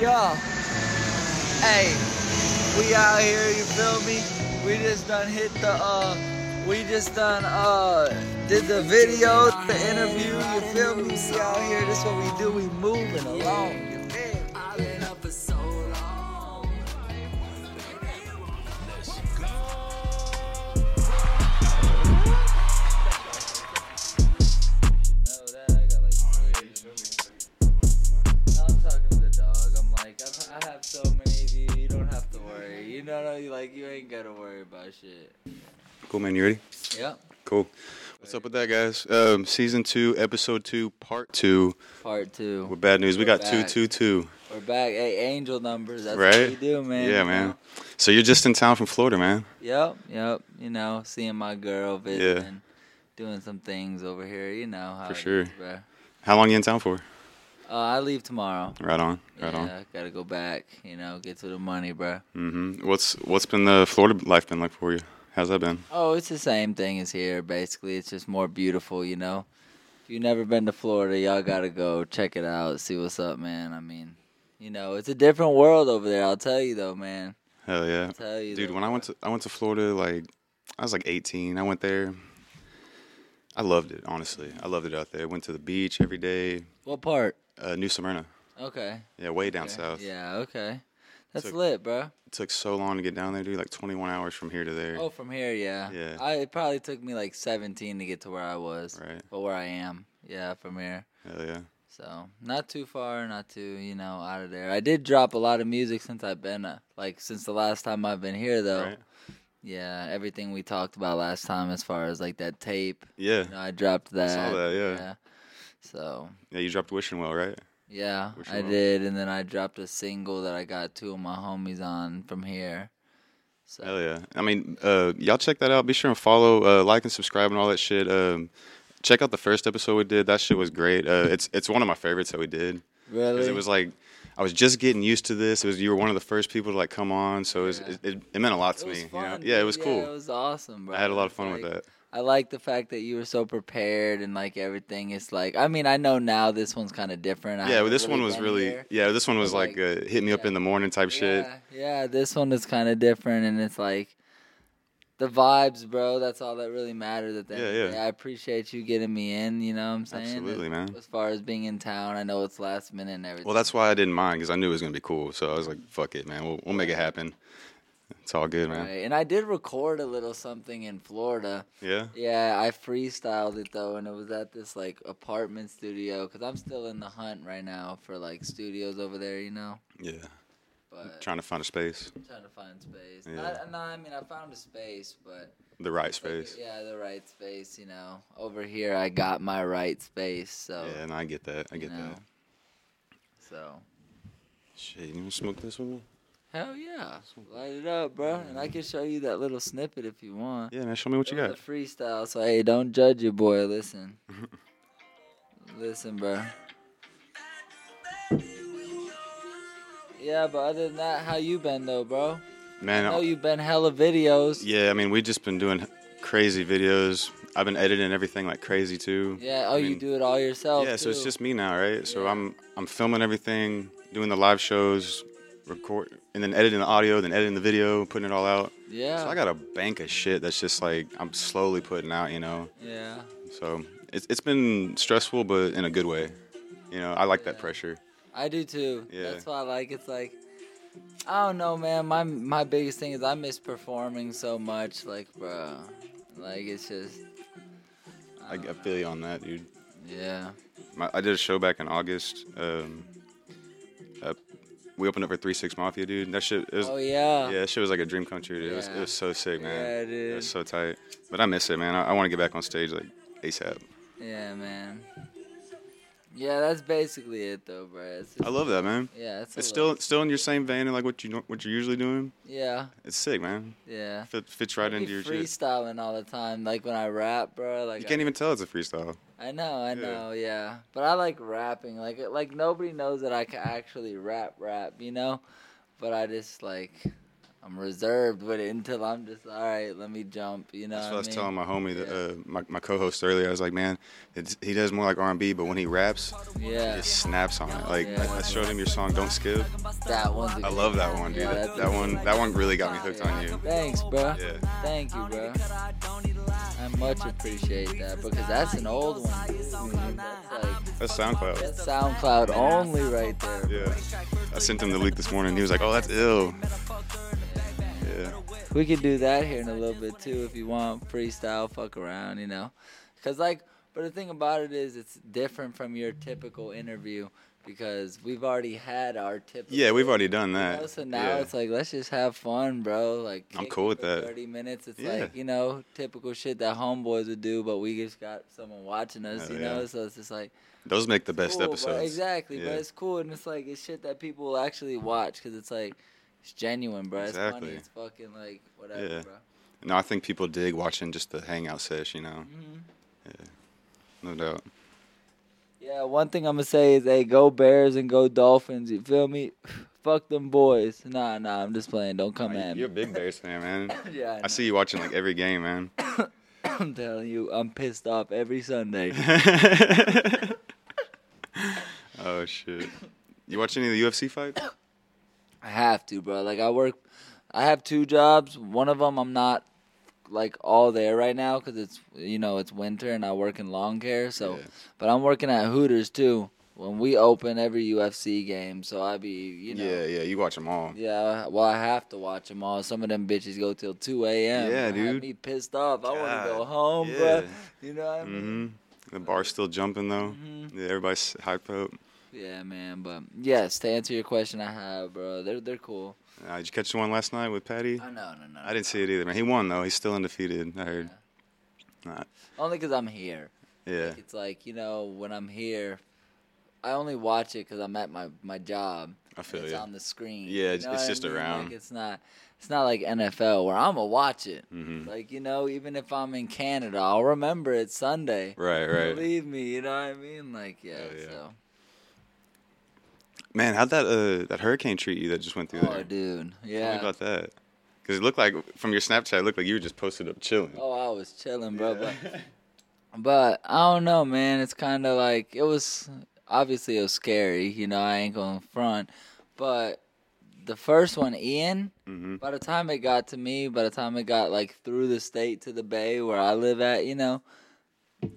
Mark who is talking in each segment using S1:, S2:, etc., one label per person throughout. S1: Y'all, hey, we out here, you feel me? We just done hit the, uh, we just done, uh, did the video, the interview, you feel me? We out here, this what we do, we moving along, you feel me? know that. I got like three. No, I'm talking to the dog. I'm like, I've, I have so many of you. You don't have to worry. You know, what I mean? like you ain't gotta worry about shit.
S2: Cool, man. You ready?
S1: Yep.
S2: Cool. What's up with that, guys? Um, season two, episode two, part two.
S1: Part
S2: With
S1: two.
S2: bad news, we
S1: We're
S2: got two,
S1: back.
S2: two, two.
S1: We're back. Hey, angel numbers. That's what
S2: Right?
S1: we do, man.
S2: yeah,
S1: you
S2: man.
S1: know?
S2: So you're just in town from Florida, man.
S1: Yep, yep. You know, seeing my girl visiting,
S2: Yeah.
S1: doing some things over here. You know how
S2: For
S1: it
S2: sure.
S1: is, bruh.
S2: How long you in town for?
S1: Uh, I leave tomorrow.
S2: Right on. Right
S1: yeah, gotta go back. You know, get to the money, bruh.
S2: on. hmm What's What's been the Florida life been like for you? How's that been?
S1: Oh, it's the same thing as here. Basically, it's just more beautiful, you know. If you've never been to Florida, y'all gotta go check it out. See what's up, man. I mean, you know, it's a different world over there. I'll tell you though, man.
S2: Hell yeah,
S1: tell you,
S2: dude.
S1: though,
S2: When I went to I went to Florida, like I was like 18. I went there. I loved it, honestly. I loved it out there. Went to the beach every day.
S1: What part?
S2: Uh, New Smyrna,
S1: Okay.
S2: yeah, way down
S1: okay.
S2: south.
S1: Yeah. Okay. That's
S2: Took-
S1: lit, bro.
S2: It took so long to get down there, dude. Like 21 hours from here to there.
S1: Oh, from here, yeah.
S2: Yeah.
S1: I it probably took me like 17 to get to where I was,
S2: Right.
S1: but where I am, yeah, from here.
S2: Hell yeah.
S1: So not too far, not too you know out of there. I did drop a lot of music since I've been uh, like since the last time I've been here though.
S2: Right.
S1: Yeah, everything we talked about last time as far as like that tape.
S2: Yeah.
S1: You know, I dropped that.
S2: that, yeah.
S1: So
S2: Yeah, you dropped Wishing Well, right?
S1: yeah,
S2: Which
S1: I
S2: one?
S1: did, and then I dropped a single that I got two of my homies on from here. So
S2: Hell yeah. I mean, uh, y'all check that out. Be sure and follow, uh, like, and subscribe, and all that shit. Um, check out the first episode we did. That shit was great. Uh, it's it's one of my favorites that we did. 'Cause
S1: really,
S2: It was like I was just getting used to this. It was you were one of the first people to like come on, so it, was,
S1: Yeah.
S2: it, it, it meant a lot to
S1: It was
S2: me. you know?
S1: fun,
S2: Yeah, it
S1: dude.
S2: was cool.
S1: it was awesome, bro.
S2: I had a
S1: It
S2: lot of
S1: was
S2: fun
S1: like-
S2: with that.
S1: I like the fact that you were so prepared and like everything. It's like I mean I know now this one's kind of different. I
S2: Yeah,
S1: haven't
S2: this one was
S1: been
S2: really
S1: here.
S2: yeah. This one was
S1: But,
S2: like, uh, hit me up
S1: yeah.
S2: in the morning type shit.
S1: Yeah, yeah, this one is kind of different, and it's like the vibes, bro. That's all that really matters at the end.
S2: Yeah,
S1: of the
S2: yeah.
S1: day. I appreciate you getting me in. You know what I'm saying?
S2: Absolutely, man.
S1: As far as being in town, I know it's last minute and everything.
S2: Well, that's why I didn't mind because I knew it was gonna be cool. So I was like, fuck it, man. We'll we'll make it happen. It's all good, man.
S1: right. And I did record a little something in Florida.
S2: Yeah.
S1: Yeah, I freestyled it though, and it was at this like apartment studio because I'm still in the hunt right now for like studios over there, you know.
S2: Yeah.
S1: But
S2: Trying to find a space,
S1: I'm trying to find space.
S2: Yeah.
S1: I, no, I mean I found a space, but
S2: the right
S1: it's like-
S2: space.
S1: yeah, the right space, you know. Over here, I got my right space, so
S2: Yeah, and I get that. I
S1: you
S2: get
S1: know,
S2: that.
S1: So
S2: Shit, you wanna smoke this with me?
S1: hell yeah, light it up, bro, and I can show you that little snippet if you want.
S2: Yeah, man. Show me what you
S1: It
S2: got.
S1: was a freestyle, so hey, don't judge your boy. Listen, listen, bro. Yeah, but other than that, how you been though, bro?
S2: Man,
S1: I know
S2: I-
S1: you've been hella videos.
S2: yeah. I mean, we've just been doing crazy videos. I've been editing everything like crazy too.
S1: Yeah. Oh,
S2: I
S1: you
S2: mean,
S1: do it all yourself.
S2: Yeah, so it's
S1: too.
S2: just me now, right? So
S1: Yeah.
S2: I'm I'm filming everything, doing the live shows, record, and then editing the audio, then editing the video, putting it all out.
S1: yeah.
S2: So I got a bank of shit that's just like I'm slowly putting out, you know.
S1: yeah.
S2: So it's it's been stressful, but in a good way. You know, I like that
S1: Yeah.
S2: pressure.
S1: I do too.
S2: Yeah.
S1: That's why I like it's like I don't know, man. My my biggest thing is I miss performing so much, like bro. Like it's just um,
S2: I, I feel you on that, dude.
S1: yeah.
S2: My, I did a show back in August. Um, uh, we opened up for Three Six Mafia, dude. That shit, it was,
S1: Oh
S2: yeah. that shit was like a dream come true. Dude. It was it
S1: Yeah.
S2: was so sick, man.
S1: Yeah,
S2: It
S1: dude.
S2: was so tight. But I miss it, man. I, I want to get back on stage like ASAP.
S1: Yeah, man. Yeah, that's basically it though, bro. It's just,
S2: I love that, man.
S1: yeah, it's, a
S2: It's
S1: little-
S2: still still in your same vein of like what you nor- what you're usually doing.
S1: yeah,
S2: It's sick, man.
S1: yeah.
S2: Fit, fits right
S1: I be
S2: into your shit.
S1: freestyling all the time, like when I rap, bro. Like
S2: You can't even tell it's a freestyle.
S1: I know, I
S2: Yeah.
S1: know, yeah. But I like rapping. Like like nobody knows that I can actually rap rap, you know? But I just like I'm reserved with it until I'm just all right. Let me jump. You know,
S2: That's what
S1: what
S2: I was
S1: mean?
S2: telling my homie, that, uh, my my co-host earlier. I was like, man, it's, he does more like R&B, but when he raps, he
S1: Yeah,
S2: just snaps on it. Like
S1: Yeah.
S2: I, I showed him your song, "Don't Skip."
S1: that one's. A
S2: I love that one, dude.
S1: Yeah,
S2: That,
S1: that's
S2: that
S1: a-
S2: one, that one really got me hooked on you.
S1: Thanks, bro.
S2: Yeah.
S1: Thank you, bro. I much appreciate that because that's an old one. Dude. That's like
S2: That's SoundCloud.
S1: that's SoundCloud only right there. bro.
S2: Yeah. I sent him the leak this morning. He was like, "Oh, that's ill." Yeah.
S1: We could do that here in a little bit too if you want. Freestyle, fuck around, you know. Cause like, but the thing about it is, it's different from your typical interview because we've already had our typical.
S2: Yeah, we've already done
S1: You know,
S2: that.
S1: so now
S2: yeah.
S1: it's like let's just have fun, bro. Like
S2: I'm
S1: kick
S2: cool
S1: it
S2: with
S1: for
S2: that.
S1: Thirty minutes. It's
S2: Yeah.
S1: like you know typical shit that homeboys would do, but we just got someone watching us,
S2: Hell
S1: you
S2: Oh, yeah.
S1: know. So it's just like
S2: Those make the best
S1: cool, but-
S2: episodes.
S1: exactly,
S2: Yeah.
S1: but it's cool and it's like it's shit that people will actually watch because it's like it's genuine, bro. It's
S2: Exactly.
S1: funny. It's fucking like whatever,
S2: Yeah.
S1: bro.
S2: No, I think people dig watching just the hangout sesh. You know.
S1: Mm-hmm.
S2: Yeah. No doubt.
S1: Yeah, one thing I'm gonna say is, hey, go Bears and go Dolphins. You feel me? Fuck them boys. Nah, nah, I'm just playing. Don't come
S2: Nah,
S1: at
S2: You're
S1: me.
S2: a big Bears fan, man.
S1: Yeah, I
S2: I see you watching like every game, man.
S1: I'm telling you, I'm pissed off every Sunday.
S2: oh shit. You watch any of the UFC fights?
S1: I have to, bro. Like I work, I have two jobs. One of them I'm not like all there right now because it's you know it's winter and I work in lawn care. So,
S2: Yeah.
S1: but I'm working at Hooters too. When we open every UFC game, so I be you know.
S2: Yeah, yeah, you watch them all.
S1: Yeah, well, I have to watch them all. Some of them bitches go till 2 a.m.
S2: Yeah,
S1: Have
S2: dude.
S1: me pissed off. I want
S2: God,
S1: to go home, um,
S2: yeah.
S1: bro. You know what I mean? Mm-hmm.
S2: hmm The bar's still jumping though. Yeah, everybody's hyped up.
S1: Yeah, man. But yes, to answer your question, I have, bro. They're they're cool.
S2: Uh, did you catch the one last night with Patty?
S1: I know, no, no.
S2: I didn't see it either, man. He won though. He's still undefeated. I heard. Nah,
S1: Only because I'm here.
S2: yeah,
S1: It's like you know when I'm here, I only watch it because I'm at my my job.
S2: I feel
S1: it's
S2: you.
S1: on the screen.
S2: Yeah,
S1: You
S2: it's-
S1: know
S2: it's
S1: what I
S2: just
S1: mean?
S2: around.
S1: Like, it's not. It's not like NFL where I'm gonna watch it.
S2: Mm-hmm.
S1: Like you know, even if I'm in Canada, I'll remember it's Sunday.
S2: Right, right.
S1: Believe me, you know what I mean? Like yeah.
S2: Hell yeah.
S1: So.
S2: Man, how'd that uh, that hurricane treat you that just went through
S1: Oh,
S2: there?
S1: dude.
S2: Tell
S1: Yeah.
S2: me about that. Because it looked like from your Snapchat, it looked like you were just posted up chilling.
S1: Oh, I was chilling, bro.
S2: Yeah.
S1: But, but I don't know, man. It's kind of like it was. Obviously, it was scary. You know, I ain't going to front. But the first one, Ian.
S2: Mhm.
S1: By the time it got to me, by the time it got like through the state to the bay where I live at, you know,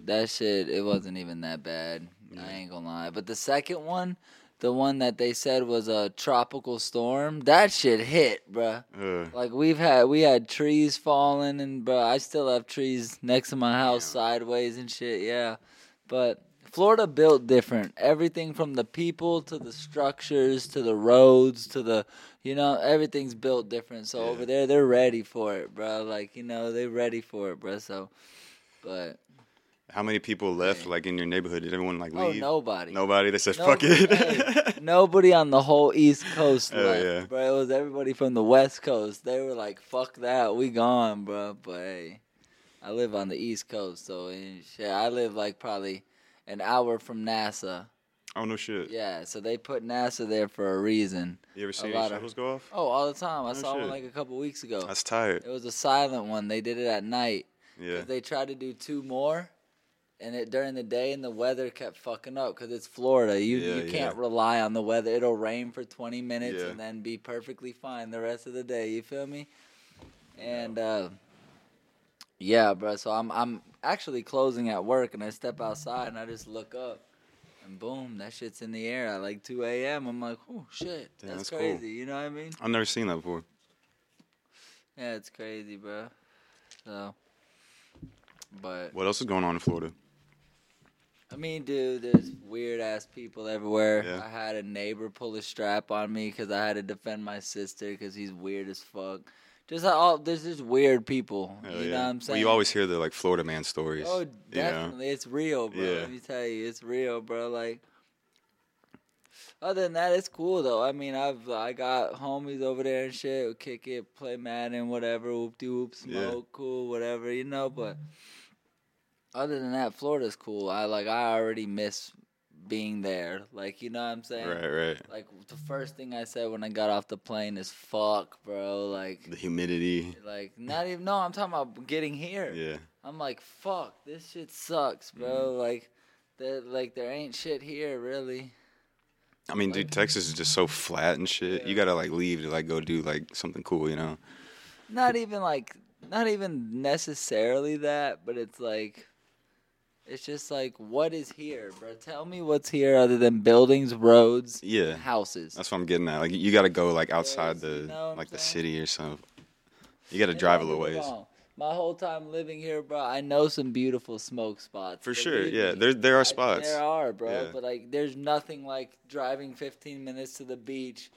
S1: that shit it wasn't even that bad. I ain't gonna lie. But the second one, the one that they said was a tropical storm, that shit hit, bruh.
S2: Uh,
S1: Like we've had, we had trees falling, and bro, I still have trees next to my house
S2: Damn.
S1: sideways and shit. Yeah, but Florida built different. Everything from the people to the structures to the roads to the, you know, everything's built different. So
S2: Yeah.
S1: over there, they're ready for it, bro. Like you know, they're ready for it, bro. So, but
S2: how many people left like in your neighborhood? Did everyone like leave?
S1: oh, nobody.
S2: Nobody. They said fuck
S1: Nobody-
S2: it.
S1: hey, nobody on the whole East Coast
S2: Hell
S1: left,
S2: yeah.
S1: bro. It was everybody from the West Coast. They were like, "Fuck that, we gone, bro." But hey, I live on the East Coast, so and shit, I live like probably an hour from NASA.
S2: oh no shit.
S1: Yeah, so they put NASA there for a reason.
S2: You ever seen any
S1: lot of-
S2: shovels go off?
S1: Oh, all the time. I saw
S2: shit.
S1: one like a couple weeks ago.
S2: That's tired.
S1: It was a silent one. They did it at night.
S2: Yeah.
S1: 'Cause They tried to do two more, and it during the day, and the weather kept fucking up because it's Florida. You
S2: Yeah,
S1: you can't
S2: yeah.
S1: rely on the weather. It'll rain for 20 minutes
S2: Yeah.
S1: and then be perfectly fine the rest of the day. You feel me? And uh, yeah, bro. So I'm I'm actually closing at work, and I step outside and I just look up. And boom, that shit's in the air at like 2 a.m. I'm like, oh shit,
S2: Damn,
S1: that's,
S2: that's cool.
S1: crazy. You know what I mean?
S2: I've never seen that before.
S1: Yeah, it's crazy, bro. So, but
S2: What else is going on in Florida?
S1: I mean, dude, there's weird ass people everywhere.
S2: Yeah.
S1: I had a neighbor pull a strap on me because I had to defend my sister because he's weird as fuck. Just all there's just weird people.
S2: Hell
S1: you
S2: yeah.
S1: know what I'm
S2: Well,
S1: saying?
S2: you always hear the like Florida man stories.
S1: Oh,
S2: you know?
S1: definitely, it's real, bro.
S2: Yeah.
S1: Let me tell you, it's real, bro. Like, other than that, it's cool though. I mean, I've I got homies over there and shit. we kick it, play Madden, whatever. Whoop de whoop, smoke,
S2: Yeah.
S1: cool, whatever, you know. But other than that, Florida's cool. I like. I already miss being there. Like, you know what I'm saying?
S2: Right, right.
S1: Like the first thing I said when I got off the plane is "fuck, bro." Like,
S2: The humidity.
S1: like not even. No, I'm talking about getting here.
S2: Yeah.
S1: I'm like, "fuck, this shit sucks, bro." Like, that like there ain't shit here really.
S2: I mean, dude, Texas is just so flat and shit. You gotta like leave to like go do like something cool, you know?
S1: Not even like, not even necessarily that, but it's like. It's just like, what is here, bro? Tell me what's here other than buildings, roads,
S2: Yeah.
S1: houses.
S2: That's what I'm getting at. Like, you gotta go like outside
S1: Yes, you
S2: the
S1: know what I'm
S2: like the
S1: saying?
S2: city or something. You gotta
S1: And
S2: drive a
S1: don't
S2: little
S1: get me
S2: ways.
S1: wrong, My whole time living here, bro, I know some beautiful smoke spots.
S2: For
S1: believe
S2: sure, yeah.
S1: me.
S2: There there are
S1: I-
S2: spots.
S1: There are, bro.
S2: Yeah.
S1: But like, there's nothing like driving 15 minutes to the beach,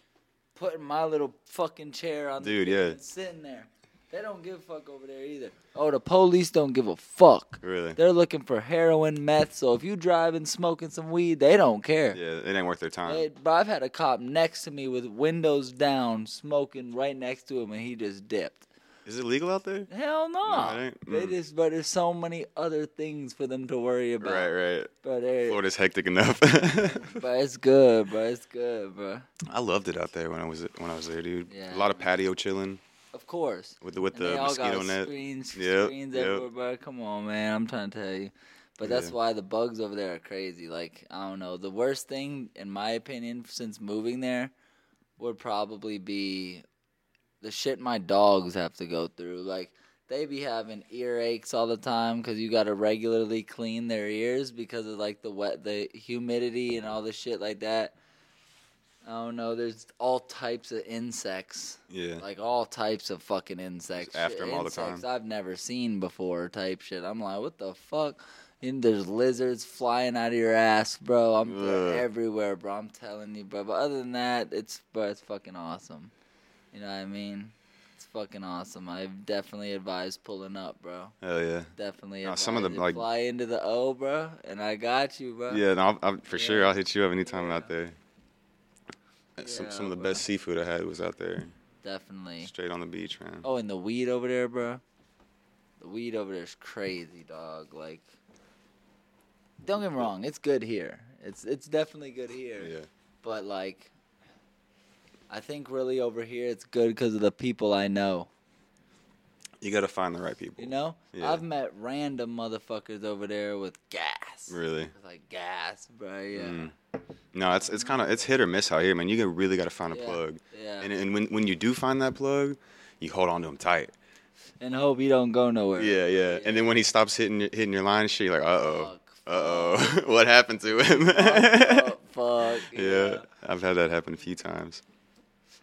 S1: putting my little fucking chair on.
S2: Dude,
S1: the beach
S2: yeah.
S1: and sitting there. They don't give a fuck over there either. Oh, the police don't give a fuck.
S2: Really?
S1: They're looking for heroin, meth. So if you driving, smoking some weed, they don't care.
S2: Yeah, it ain't worth their time.
S1: Hey, bro, I've had a cop next to me with windows down, smoking right next to him, and he just dipped.
S2: Is it legal out there?
S1: Hell no.
S2: it ain't.
S1: They
S2: Mm.
S1: just, but there's so many other things for them to worry about.
S2: Right, right.
S1: But, they
S2: Florida's hectic enough.
S1: but it's good, bro. It's good, bro.
S2: I loved it out there when I was when I was there, dude.
S1: Yeah.
S2: A lot of patio chilling
S1: Of course.
S2: with the with
S1: And
S2: the
S1: they all
S2: mosquito
S1: got
S2: net.
S1: screens,
S2: Yep,
S1: screens
S2: yep.
S1: everywhere, bro. Come on, man. I'm trying to tell you. But that's
S2: Yeah.
S1: why the bugs over there are crazy. Like, I don't know. The worst thing, in my opinion, since moving there would probably be the shit my dogs have to go through. Like, they be having earaches all the time because you got to regularly clean their ears because of like the wet, the humidity and all the shit like that. I don't know. There's all types of insects
S2: Yeah.
S1: like all types of fucking insects.
S2: Just after
S1: shit,
S2: 'em all the
S1: insects
S2: time.
S1: I've never seen before type shit. I'm like, what the fuck? And there's lizards flying out of your ass, bro. I'm they're
S2: Ugh.
S1: everywhere, bro. I'm telling you, bro. But other than that, it's bro, it's fucking awesome. You know what I mean? It's fucking awesome. I definitely advise pulling up, bro.
S2: Hell yeah.
S1: Definitely
S2: Now,
S1: advise
S2: some of the,
S1: it.
S2: like-
S1: fly into the O, bro, and I got you, bro.
S2: Yeah, no, I'll, I'll, for sure
S1: Yeah.
S2: I'll hit you up anytime I'm
S1: Yeah.
S2: out there. Some some of the
S1: Yeah,
S2: best seafood I had was out there,
S1: Definitely.
S2: straight on the beach, man.
S1: Oh, and the weed over there, bro. The weed over there's crazy, dog. Like, don't get me wrong, it's good here. It's it's definitely good here.
S2: Yeah,
S1: But like, I think really over here it's good because of the people I know.
S2: you gotta find the right people.
S1: You know,
S2: Yeah.
S1: I've met random motherfuckers over there with gas.
S2: Really?
S1: It's like gas, bro. Yeah.
S2: Mm. No, it's it's kind of it's hit or miss out here, man. You gotta- really gotta find a
S1: Yeah,
S2: plug,
S1: yeah.
S2: and and when when you do find that plug, you hold on to him tight.
S1: And hope you don't go nowhere.
S2: Yeah, yeah. And then when he stops hitting your- hitting your line and shit, you're like, uh oh,
S1: Fuck,
S2: uh oh, what happened to
S1: Oh,
S2: him?
S1: Fuck, fuck.
S2: yeah, I've had that happen a few times.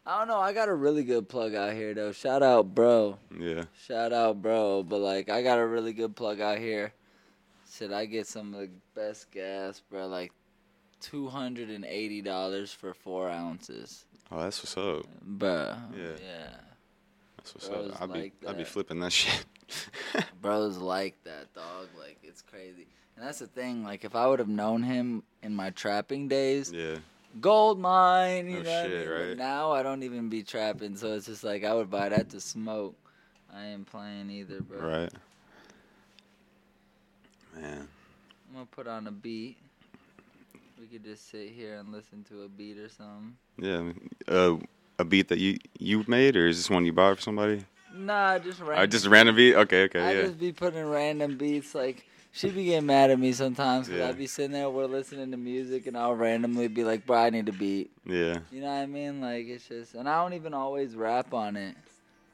S1: I don't know. I got a really good plug out here though. Shout out, bro.
S2: Yeah,
S1: Shout out, bro. But like, I got a really good plug out here. Should I get some of the best gas, bro? Like, two hundred and eighty dollars for four ounces,
S2: oh, that's what's up.
S1: bro.
S2: Yeah.
S1: yeah.
S2: That's what's
S1: Bros
S2: up. I'd be
S1: like
S2: I'd be
S1: that.
S2: flipping that shit.
S1: Bro's like that, dog. Like, it's crazy. And that's the thing. Like, if I would have known him in my trapping days,
S2: yeah.
S1: gold mine. You
S2: No
S1: know
S2: shit,
S1: what I mean? But
S2: right?
S1: Now I don't even be trapping, so it's just like I would buy that to smoke. I ain't playing either, bro.
S2: Right. Man.
S1: I'm gonna put on a beat. We could just sit here and listen to a beat or something.
S2: Yeah. I mean, Uh, a beat that you you made, or is this one you bought for somebody?
S1: Nah, just random.
S2: Uh, just a random beat. Okay. Okay.
S1: I
S2: yeah.
S1: just be putting random beats. Like she be getting mad at me sometimes because
S2: Yeah.
S1: I be sitting there, we're listening to music, and I'll randomly be like, "Bro, I need a beat."
S2: yeah.
S1: You know what I mean? Like it's just, and I don't even always rap on it.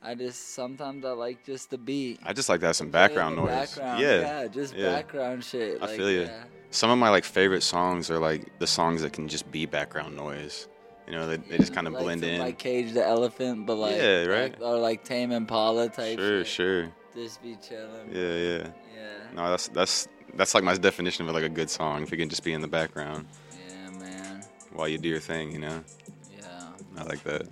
S1: I just sometimes I like just the beat.
S2: I just like to have some
S1: Play in
S2: background
S1: the
S2: noise.
S1: background,
S2: yeah.
S1: yeah, just
S2: yeah.
S1: background shit.
S2: I
S1: like,
S2: feel you.
S1: yeah.
S2: Some of my like favorite songs are like the songs that can just be background noise. You know, they, they just kind of
S1: Mm, Like
S2: blend
S1: some,
S2: in.
S1: Like Cage the Elephant, but like
S2: Yeah, right.
S1: like- or like Tame Impala type.
S2: sure.
S1: shit.
S2: Sure.
S1: Just be chilling.
S2: Yeah. Yeah.
S1: Yeah.
S2: No, that's that's that's like my definition of like a good song. If it can just be in the background
S1: Yeah, man.
S2: while you do your thing, you know,
S1: Yeah.
S2: I like that.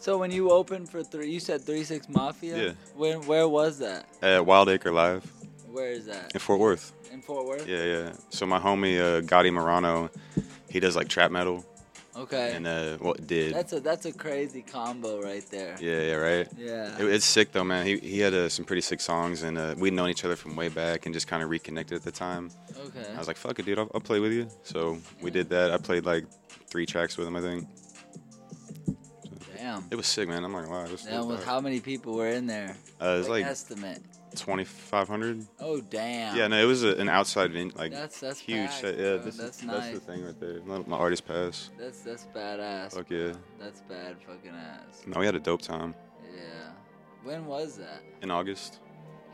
S1: So when you opened for three, you said Three Six Mafia.
S2: Yeah.
S1: When? Where was that?
S2: At Wild Acre Live
S1: Where is that?
S2: in Fort Worth.
S1: In Fort Worth.
S2: Yeah, yeah. So my homie uh, Gotti Morano, he does like trap metal,
S1: Okay.
S2: and uh, what did?
S1: that's a that's a crazy combo right there.
S2: yeah, yeah, right.
S1: Yeah.
S2: It, it's sick though, man. He he had uh, some pretty sick songs, and uh, we'd known each other from way back, and just kind of reconnected at the time.
S1: Okay.
S2: I was like, "Fuck it, dude, I'll, I'll play with you." So we did that. I played like three tracks with him, I think.
S1: Damn.
S2: It was sick, man. I'm not gonna lie. It was,
S1: That was how many people were in there?
S2: uh, it was like
S1: estimate.
S2: 2,500.
S1: Oh damn.
S2: Yeah, no, it was a, an outside vent, like
S1: That's that's
S2: huge.
S1: packed,
S2: set. yeah,
S1: bro.
S2: this is-
S1: that's
S2: that's
S1: nice.
S2: the thing right there. My, my artist pass.
S1: That's that's badass.
S2: Fuck yeah.
S1: That's bad fucking ass.
S2: No, we had a dope time
S1: Yeah. When was that?
S2: in August.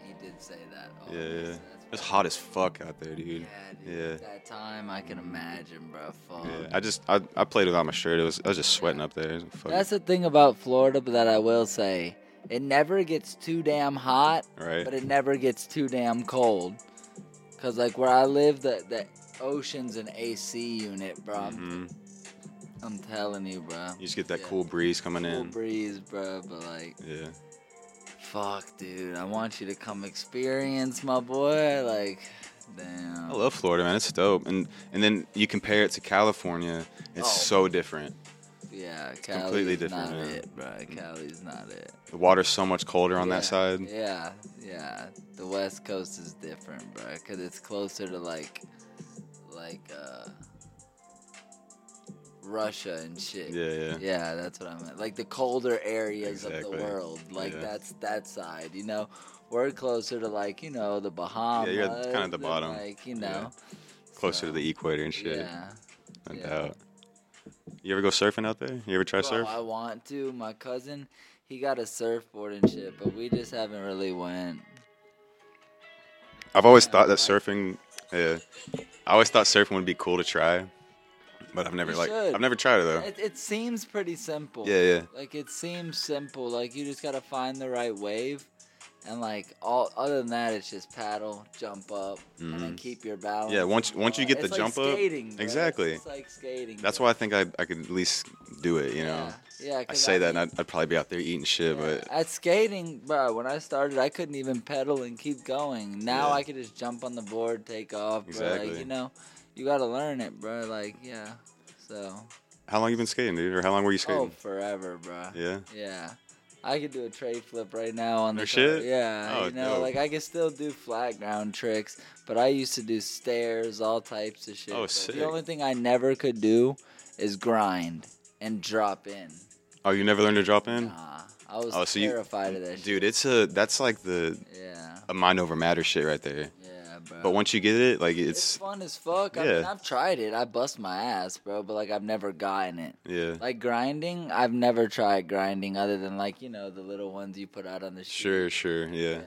S1: He did say that. Oh,
S2: Yeah, yeah.
S1: that's- that's
S2: It's
S1: bad.
S2: hot as fuck out there,
S1: Yeah,
S2: dude.
S1: dude.
S2: Yeah.
S1: That time I can imagine, bro. Fuck.
S2: Yeah, I just I, I played without my shirt. It was I was just sweating up there. It was fucking-
S1: That's the thing about Florida but that I will say. It never gets too damn hot,
S2: right.
S1: but it never gets too damn cold. Cause like where I live, the the ocean's an AC unit, bro. I'm,
S2: Mhm.
S1: I'm telling you, bro.
S2: You just get that
S1: Yeah.
S2: cool breeze coming
S1: Cool
S2: in.
S1: breeze, bro. But like,
S2: Yeah.
S1: fuck, dude. I want you to come experience, my boy. Like, damn.
S2: I love Florida, man. It's dope. And and then you compare it to California, it's
S1: Oh.
S2: so different.
S1: Yeah, Cali's
S2: completely different,
S1: not
S2: yeah.
S1: it, bro. Cali's not it.
S2: The water's so much colder on
S1: Yeah,
S2: that side.
S1: Yeah, yeah. The West Coast is different, bro, because it's closer to like, like uh, Russia and shit.
S2: Yeah, yeah.
S1: Yeah, that's what I meant. Like the colder areas of
S2: Exactly.
S1: the world, like
S2: Yeah.
S1: that's that side. You know, we're closer to like you know the Bahamas.
S2: you're kinda at the
S1: and,
S2: bottom.
S1: Like you
S2: Yeah.
S1: know,
S2: Closer
S1: so,
S2: to the equator and shit.
S1: Yeah.
S2: no
S1: yeah.
S2: doubt. You ever go surfing out there? You ever try
S1: Bro,
S2: surf?
S1: I want to. My cousin, he got a surfboard and shit, but we just haven't really went.
S2: I've always
S1: Yeah,
S2: thought
S1: I-
S2: that surfing, yeah, I always thought surfing would be cool to try, but I've never
S1: You
S2: like
S1: should.
S2: I've never tried it though.
S1: It, it seems pretty simple.
S2: Yeah, yeah,
S1: Like it seems simple. Like you just gotta find the right wave, and like all other than that, it's just paddle, jump up, and then
S2: Mhm.
S1: keep your balance.
S2: yeah. Once once you get the
S1: It's like
S2: jump up,
S1: skating, bro.
S2: Exactly.
S1: It's like skating.
S2: that's
S1: bro.
S2: why I think I I could at least do it. You know,
S1: Yeah, yeah
S2: I say that and
S1: mean,
S2: I'd, I'd probably be out there eating shit,
S1: yeah, at skating, bro. When I started, I couldn't even pedal and keep going. Now
S2: Yeah.
S1: I could just jump on the board, take off. Bro. Like
S2: Exactly.
S1: you know, you gotta learn it, bro. Like yeah. So
S2: but how long you been skating, dude? Or how long were you
S1: oh,
S2: skating?
S1: forever, bro.
S2: Yeah,
S1: Yeah. I could do a tray flip right now on
S2: No
S1: the
S2: shit?
S1: car. Yeah,
S2: Oh,
S1: you know,
S2: dope.
S1: like I can still do flat ground tricks, but I used to do stairs, all types of shit.
S2: Oh,
S1: But
S2: sick.
S1: The only thing I never could do is grind and drop in.
S2: Oh, you never learned to drop in,
S1: Nah, I was
S2: Oh, so you-
S1: terrified of that
S2: dude. It's a that's like the
S1: shit. Yeah,
S2: a mind over matter shit right there.
S1: yeah, bro.
S2: But once you get it, like
S1: it's
S2: it's
S1: fun as fuck. I
S2: Yeah.
S1: mean, I've tried it. I bust my ass, bro, but like I've never gotten it.
S2: yeah,
S1: Like grinding, I've never tried grinding other than like you know the little ones you put out on the street.
S2: sure, sure, yeah.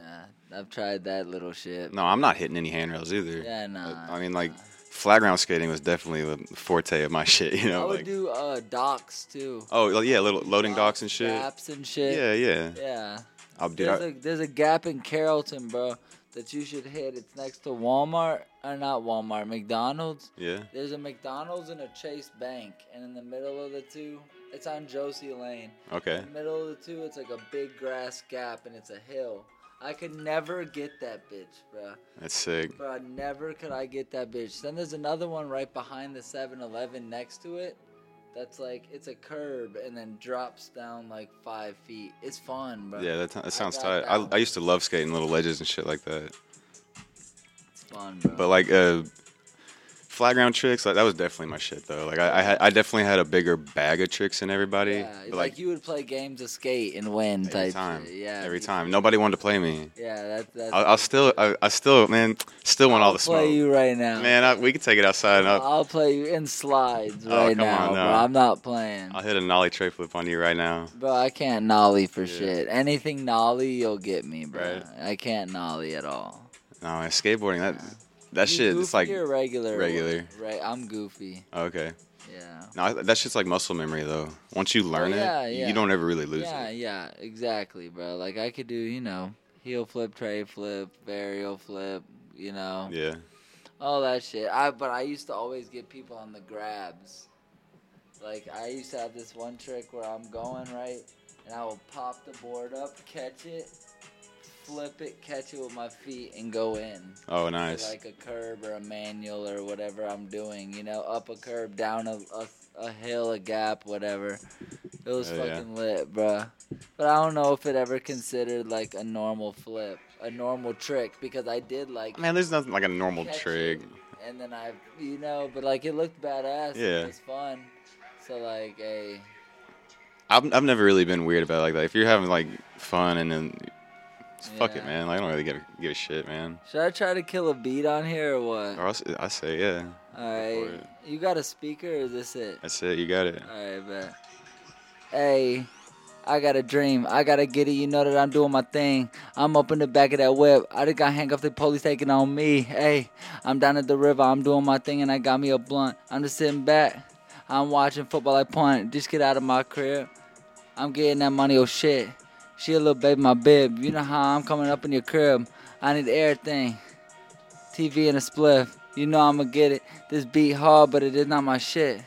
S1: Yeah, I've tried that little shit.
S2: No, I'm not hitting any handrails either.
S1: Yeah, nah.
S2: I mean, like flat ground skating was definitely the forte of my shit. You
S1: I
S2: know,
S1: would
S2: like
S1: do uh, docks too.
S2: oh like, yeah, little loading docks and shit.
S1: Gaps and shit.
S2: Yeah, yeah.
S1: Yeah.
S2: I'll do
S1: There's
S2: that.
S1: a, there's a gap in Carrollton, bro, that you should hit. It's next to Walmart, or not Walmart, McDonald's.
S2: Yeah.
S1: There's a McDonald's and a Chase Bank, and in the middle of the two, it's on Josie Lane.
S2: Okay.
S1: In the middle of the two, it's like a big grass gap, and it's a hill. I could never get that bitch, bro.
S2: That's sick.
S1: Bro, never could I get that bitch. Then there's another one right behind the 7 Eleven next to it. That's like, it's a curb and then drops down like five feet. It's fun, bro.
S2: Yeah, that, that sounds
S1: got
S2: tight.
S1: that
S2: I,
S1: one.
S2: I used to love skating little ledges and shit like that.
S1: It's fun, bro.
S2: But like uh, flat ground tricks, like that was definitely my shit though. Like I I, had, I definitely had a bigger bag of tricks than everybody.
S1: yeah, it's
S2: but
S1: like, you would play games of skate and win
S2: every
S1: type
S2: time,
S1: shit. Yeah.
S2: every
S1: you-
S2: time, nobody wanted to play me.
S1: Yeah, that, that's.
S2: I, I still, I, I still, man, still want all the
S1: play
S2: smoke.
S1: you right now.
S2: Man, I, we could take it outside. And I'll,
S1: I'll play you in slides
S2: Oh,
S1: right
S2: come
S1: now,
S2: on,
S1: bro.
S2: no.
S1: I'm not playing.
S2: I'll hit a nollie tray flip on you right now.
S1: Bro, I can't nollie for
S2: Yeah.
S1: shit. Anything nollie, you'll get me, bro.
S2: Right.
S1: I can't nollie at all.
S2: No, man, skateboarding that
S1: Yeah.
S2: that
S1: You
S2: shit. It's
S1: goofy
S2: like
S1: or regular.
S2: regular.
S1: Right, I'm goofy.
S2: okay.
S1: Yeah.
S2: No, I- that shit's like muscle memory though. Once you learn
S1: Oh, yeah,
S2: it,
S1: yeah.
S2: you don't ever really lose
S1: Yeah,
S2: it.
S1: yeah, exactly, bro. Like I could do, you know, heel flip, tray flip, varial flip, you know,
S2: Yeah.
S1: all that shit. I but I used to always get people on the grabs. Like I used to have this one trick where I'm going right, and I will pop the board up, catch it, flip it, catch it with my feet, and go in.
S2: Oh, nice.
S1: Like a curb or a manual or whatever I'm doing, you know, up a curb, down a, a, a hill, a gap, whatever. It was
S2: Hell yeah.
S1: fucking lit, bruh. But I don't know if it ever considered like a normal flip, a normal trick, because I did like
S2: Man, there's nothing like a normal
S1: catch
S2: trick.
S1: it, And then I, you know, but like it looked badass. and
S2: Yeah.
S1: It was fun. So like, hey,
S2: I've, I've never really been weird about it like that. If you're having like fun and then just fuck it,
S1: Yeah.
S2: man. Like, I don't really give a, give a shit, man.
S1: should I try to kill a beat on here or what?
S2: Or else I say, yeah,
S1: All right.
S2: it.
S1: You got a speaker or is this it?
S2: that's it. You got it.
S1: All right, bet. Hey, I got a dream. I gotta get it. You know that I'm doing my thing. I'm up in the back of that whip. I just got handcuffed. The police taking on me. Hey, I'm down at the river. I'm doing my thing, and I got me a blunt. I'm just sitting back. I'm watching football. I punt. Just get out of my crib. I'm getting that money. Oh shit. She a little baby, my bib. You know how I'm coming up in your crib. I need everything. TV and a spliff. You know I'ma get it. This beat hard, but it is not my shit.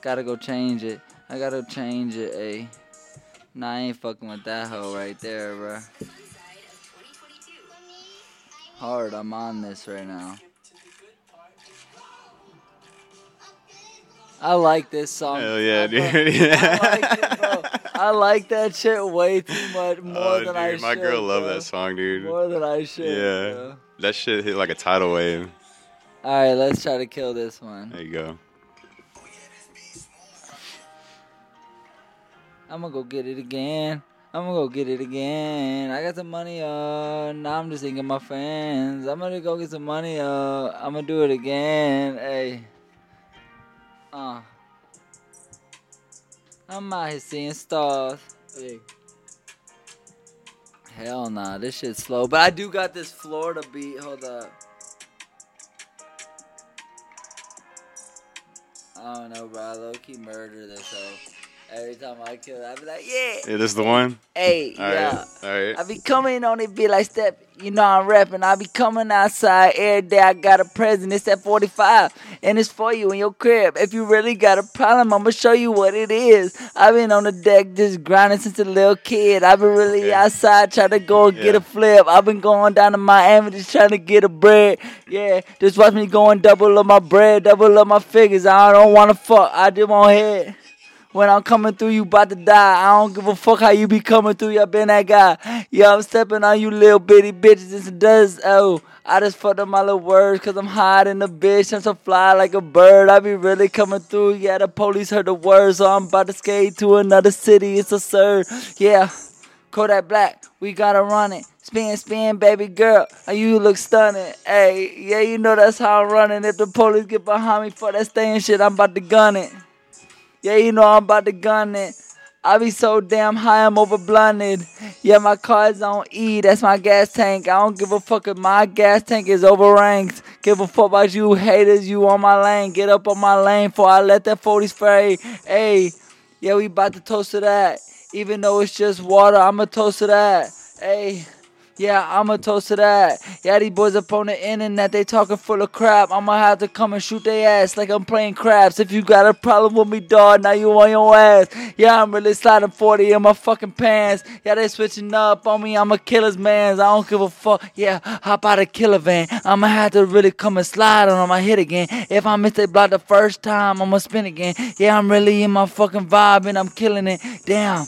S1: Gotta go change it. I gotta change it, ayy. Nah, I ain't fucking with that hoe right there, bro. Hard, I'm on this right now. I like this song.
S2: Hell yeah,
S1: I
S2: dude.
S1: fuck- Oh, I like it, bro. I like that shit way too much, more
S2: oh,
S1: than
S2: dude,
S1: I should.
S2: my girl loved
S1: bro.
S2: that song, dude.
S1: More than I should.
S2: Yeah.
S1: bro.
S2: That shit hit like a tidal wave.
S1: All right, let's try to kill this one.
S2: There you go.
S1: I'm gonna go get it again. I'm gonna go get it again. I got some money, uh. Now I'm just thinking my fans. I'm gonna go get some money, uh. I'm gonna do it again, hey. Uh. I'm out here seeing stars. Hey. Hell nah, this shit's slow. But I do got this Florida beat. Hold up. I don't know, bro. I low key murder this though. Every time I kill it, I be like, yeah,
S2: Yeah, this is the one.
S1: hey,
S2: All right,
S1: yeah.
S2: all
S1: I
S2: right.
S1: be coming on it, be like step. You know I'm rapping. I be coming outside every day. I got a present. It's at 45, and it's for you in your crib. If you really got a problem, I'ma show you what it is. I've been on the deck just grinding since a little kid. I've been really
S2: Okay.
S1: outside trying to go and get
S2: Yeah.
S1: a flip. I've been going down to Miami just trying to get a bread. Yeah, just watch me going double up my bread, double up my figures. I don't wanna fuck. I just want head. When I'm coming through, you bout to die. I don't give a fuck how you be coming through. you been that guy. Yo, I'm stepping on you little bitty bitches. It's a dust. Oh, I just fucked up my little words because I'm hiding the bitch. I'm so fly like a bird. I be really coming through. Yeah, the police heard the words. So I'm about to skate to another city. It's absurd. Yeah. Kodak Black, we gotta run it. Spin, spin, baby girl, oh, you look stunning. Hey, yeah, you know that's how I'm running. If the police get behind me for that staying shit, I'm about to gun it. Yeah, you know I'm about to gun it. I be so damn high, I'm over blunted. Yeah, my car's on E, that's my gas tank. I don't give a fuck if my gas tank is overranked. Give a fuck about you haters, you on my lane. Get up on my lane before I let that 40 spray. Hey, yeah, we about to toast to that. Even though it's just water, I'ma toast to that. Hey. Yeah, I'ma toast to that. Yeah, these boys up on the internet, they talking full of crap. I'ma have to come and shoot their ass like I'm playing craps. If you got a problem with me, dog, now you on your ass. Yeah, I'm really sliding 40 in my fucking pants. Yeah, they switching up on me, I'm a killer's mans. I don't give a fuck. Yeah, hop out a killer van. I'ma have to really come and slide on my hit again. If I miss they block the first time, I'ma spin again. Yeah, I'm really in my fucking vibe and I'm killing it. Damn.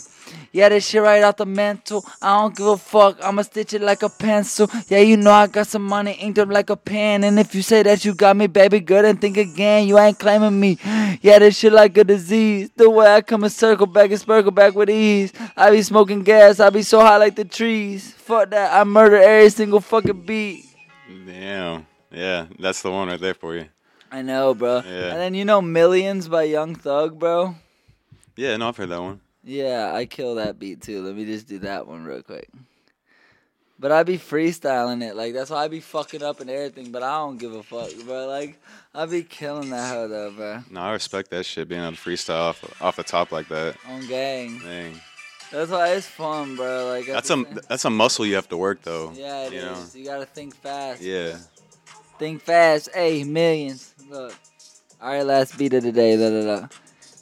S1: Yeah, this shit right out the mantle. I don't give a fuck. I'ma stitch it like a pencil. Yeah, you know I got some money inked up like a pen. And if you say that you got me, baby girl, then think again. You ain't claiming me. Yeah, this shit like a disease. The way I come and circle back and circle back with ease. I be smoking gas. I be so high like the trees. Fuck that. I murder every single fucking beat.
S2: Damn. Yeah, that's the one right there for you.
S1: I know, bro.
S2: Yeah.
S1: And then you know Millions by Young Thug, bro.
S2: Yeah, no, I've heard that one.
S1: Yeah, I kill that beat too. Let me just do that one real quick. But I be freestyling it, like that's why I be fucking up and everything. But I don't give a fuck, bro. Like I be killing that hoe though, bro.
S2: No, I respect that shit being able to freestyle off, off the top like that.
S1: On gang,
S2: Dang.
S1: that's why it's fun, bro. Like
S2: That's
S1: the
S2: a
S1: same-
S2: that's a muscle you have to work though.
S1: yeah, it
S2: you
S1: is.
S2: know?
S1: You gotta think fast.
S2: Yeah.
S1: Think fast, hey, millions. Look. Alright, last beat of the day. Da, da, da.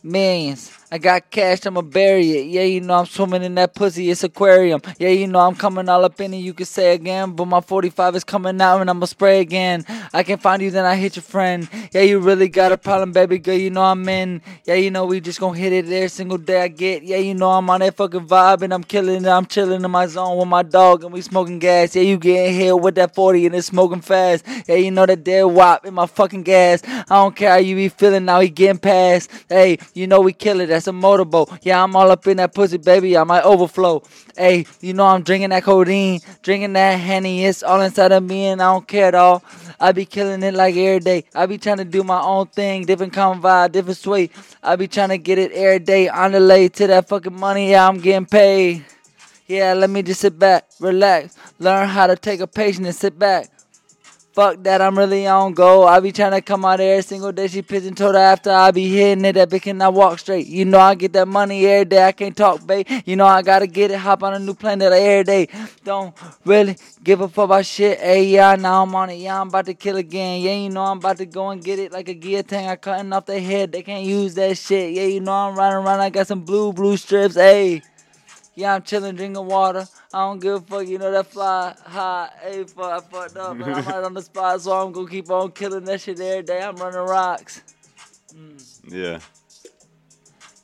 S1: Millions. I got cash, I'ma bury it. Yeah, you know I'm swimming in that pussy, it's aquarium. Yeah, you know I'm coming all up in it, you can say again. But my 45 is coming out and I'ma spray again. I can find you, then I hit your friend. Yeah, you really got a problem, baby girl, you know I'm in. Yeah, you know we just gonna hit it every single day I get. Yeah, you know I'm on that fucking vibe and I'm killing it. I'm chilling in my zone with my dog and we smoking gas. Yeah, you getting hit with that 40 and it's smoking fast. Yeah, you know that dead wop in my fucking gas. I don't care how you be feeling, now he getting past. Hey, you know we kill it, that's a motorboat. Yeah, I'm all up in that pussy, baby, I might overflow. Hey, you know I'm drinking that codeine, drinking that Henny, it's all inside of me and I don't care at all. I be killing it like every day. I be trying to do my own thing, different kind of vibe, different sway. I be trying to get it every day, on the lay to that fucking money, yeah, I'm getting paid. Yeah, let me just sit back, relax, learn how to take a patient and sit back. Fuck that, I'm really on go. I be trying to come out every single day. She pigeon told her after I be hitting it, that bitch cannot walk straight. You know I get that money every day. I can't talk, babe. You know I gotta get it. Hop on a new planet every day. Don't really give a fuck about shit. Hey, yeah, now I'm on it. Yeah, I'm about to kill again. Yeah, you know I'm about to go and get it like a guillotine. I cutting off their head. They can't use that shit. Yeah, you know I'm riding around. I got some blue, blue strips. Hey. Yeah, I'm chilling, drinking water. I don't give a fuck, you know that fly high. Hey, fuck, I fucked up, man. I'm right on the spot, so I'm gonna keep on killing that shit every day. I'm running rocks.
S2: Yeah.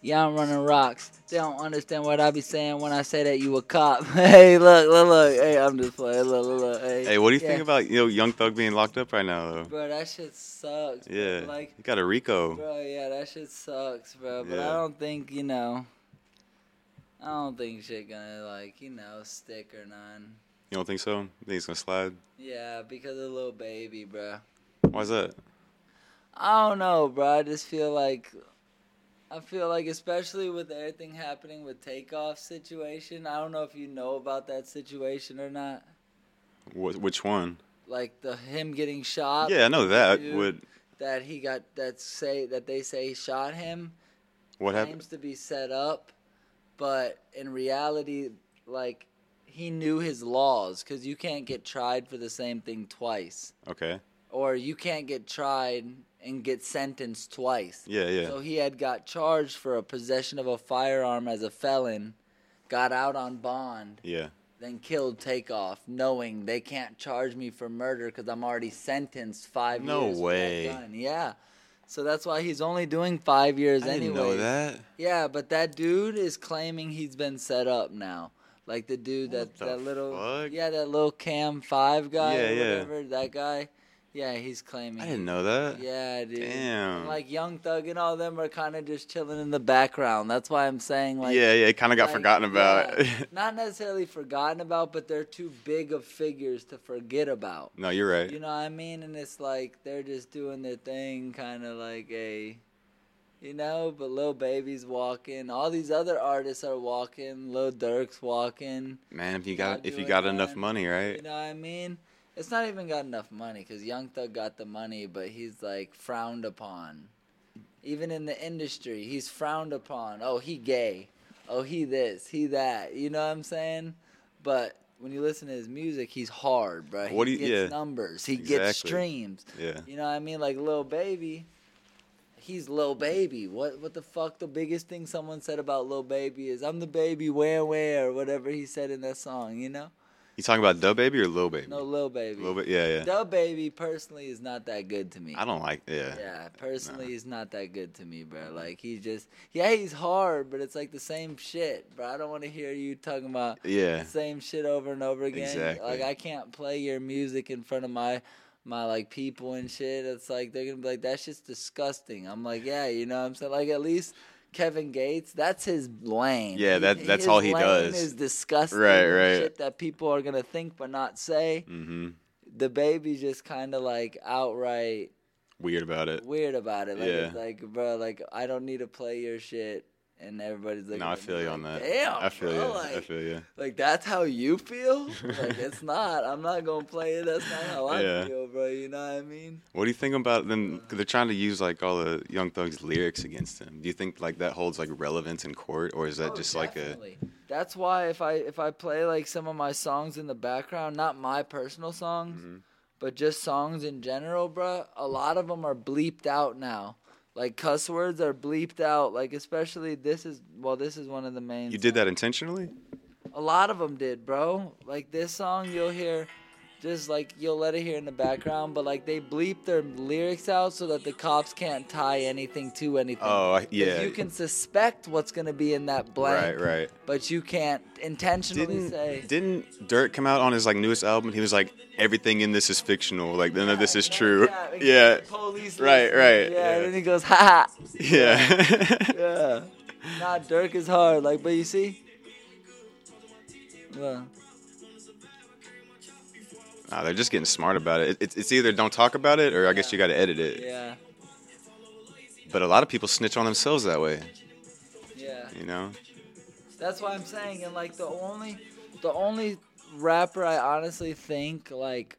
S1: Yeah, I'm running rocks. They don't understand what I be saying when I say that you a cop. hey, look, look, look. Hey, I'm just playing. Look, look, look. Hey,
S2: Hey, what do you
S1: Yeah.
S2: think about you know Young Thug being locked up right now? Though?
S1: Bro, that shit sucks. bro.
S2: Yeah,
S1: Like,
S2: you got a Rico.
S1: bro, yeah, that shit sucks, bro. But I
S2: Yeah.
S1: don't think, you know, I don't think shit gonna, like, you know, stick or none.
S2: You don't think so? You think he's gonna slide?
S1: Yeah, because of little baby, bro.
S2: Why's that?
S1: I don't know, bro. I just feel like I feel like especially with everything happening with takeoff situation, I don't know if you know about that situation or not.
S2: Wh- which one?
S1: Like the him getting shot.
S2: Yeah, I know that.
S1: dude.
S2: Would
S1: That he got that say that they say shot him
S2: what happened?
S1: claims to be set up, but in reality, like he knew his laws because you can't get tried for the same thing twice,
S2: Okay.
S1: or you can't get tried and get sentenced twice.
S2: Yeah, yeah.
S1: So he had got charged for a possession of a firearm as a felon, got out on bond,
S2: Yeah.
S1: then killed Takeoff, knowing they can't charge me for murder because I'm already sentenced five
S2: No
S1: years. for that
S2: way.
S1: gun. Yeah. So that's why he's only doing five years
S2: I didn't
S1: anyway.
S2: know that.
S1: Yeah, but that dude is claiming he's been set up now. Like the dude that
S2: What the
S1: that little
S2: fuck?
S1: yeah that little Cam Five guy
S2: Yeah,
S1: or
S2: yeah.
S1: whatever that guy. Yeah, he's claiming.
S2: I
S1: he-
S2: didn't know that.
S1: yeah, dude.
S2: Damn.
S1: And, Like Young Thug and all them are kind of just chilling in the background. That's why I'm saying like
S2: yeah, yeah. It kind of got
S1: like,
S2: forgotten about.
S1: yeah, not necessarily forgotten about, but they're too big of figures to forget about.
S2: no, you're right.
S1: You know what I mean? And it's like they're just doing their thing, kind of like a, you know. But Lil Baby's walking. All these other artists are walking. Lil Durk's walking.
S2: Man, if you
S1: not
S2: got if you
S1: doing
S2: got
S1: that.
S2: enough money,
S1: You
S2: right?
S1: know what I mean? It's not even got enough money because Young Thug got the money, but he's like frowned upon. Even in the industry, he's frowned upon. Oh, he gay. Oh, he this, he that. You know what I'm saying? But when you listen to his music, he's hard, bro. He
S2: What do you-
S1: gets
S2: yeah.
S1: numbers. He gets
S2: Exactly.
S1: streams.
S2: Yeah.
S1: You know what I mean? Like Lil Baby, he's Lil Baby. What what the fuck? The biggest thing someone said about Lil Baby is I'm the baby where where or whatever he said in that song. You know?
S2: You talking about Dub Baby or Lil Baby?
S1: No, Lil Baby.
S2: Lil Baby. Yeah, yeah.
S1: Dub Baby personally is not that good to me.
S2: I don't like. Yeah.
S1: Yeah, personally, he's not that good to me, bro. Like he's just yeah, he's hard, but it's like the same shit, bro. I don't want to hear you talking about
S2: Yeah.
S1: the same shit over and over again.
S2: Exactly.
S1: Like I can't play your music in front of my my like people and shit. It's like they're gonna be like, that's just disgusting. I'm like, yeah, you know what I'm saying? Like at least Kevin Gates, that's his lane.
S2: Yeah,
S1: He-
S2: that- that's
S1: his
S2: all he
S1: lane
S2: does.
S1: Is disgusting.
S2: Right,
S1: and
S2: right.
S1: Shit that people are gonna think but not say.
S2: Mm-hmm.
S1: The baby's just kind of like outright
S2: Weird about it.
S1: weird about it. Like,
S2: Yeah.
S1: it's like, bro, like I don't need to play your shit, and everybody's like,
S2: No, I feel you on that.
S1: Damn,
S2: I feel
S1: bro,
S2: you.
S1: Like,
S2: I feel you.
S1: like that's how you feel? like it's not. I'm not gonna play it. That's not how I
S2: Yeah.
S1: feel, bro. You know what I mean?
S2: What do you think about them? They're trying to use like all the Young Thug's lyrics against him. Do you think like that holds like relevance in court, or is that
S1: Oh,
S2: just like
S1: definitely. That's why if I if I play like some of my songs in the background, not my personal
S2: Mm-hmm.
S1: songs, but just songs in general, bruh, a lot of them are bleeped out now. like cuss words are bleeped out. Like especially this is well, this is one of the main.
S2: You did that intentionally?
S1: A lot of them did, bro. Like this song, you'll hear, just like you'll let it hear in the background, but like they bleep their lyrics out so that the cops can't tie anything to anything.
S2: Oh, I-
S1: 'Cause
S2: yeah.
S1: You can suspect what's gonna be in that blank.
S2: Right, right.
S1: But you can't intentionally
S2: Didn't
S1: say.
S2: didn't Dirt come out on his like newest album? He was like, everything in this is fictional. Like none of this is true.
S1: and
S2: Yeah,
S1: Police.
S2: Right,
S1: listening.
S2: right,
S1: Yeah,
S2: yeah.
S1: and then he goes, ha ha.
S2: yeah.
S1: Yeah. Nah, Dirk is hard. Like, but you see. Yeah.
S2: Nah, they're just getting smart about it. It- It's, it's either don't talk about it or I guess you got to edit it.
S1: Yeah.
S2: But a lot of people snitch on themselves that way,
S1: Yeah.
S2: you know?
S1: That's why I'm saying, and like the only, the only rapper I honestly think like.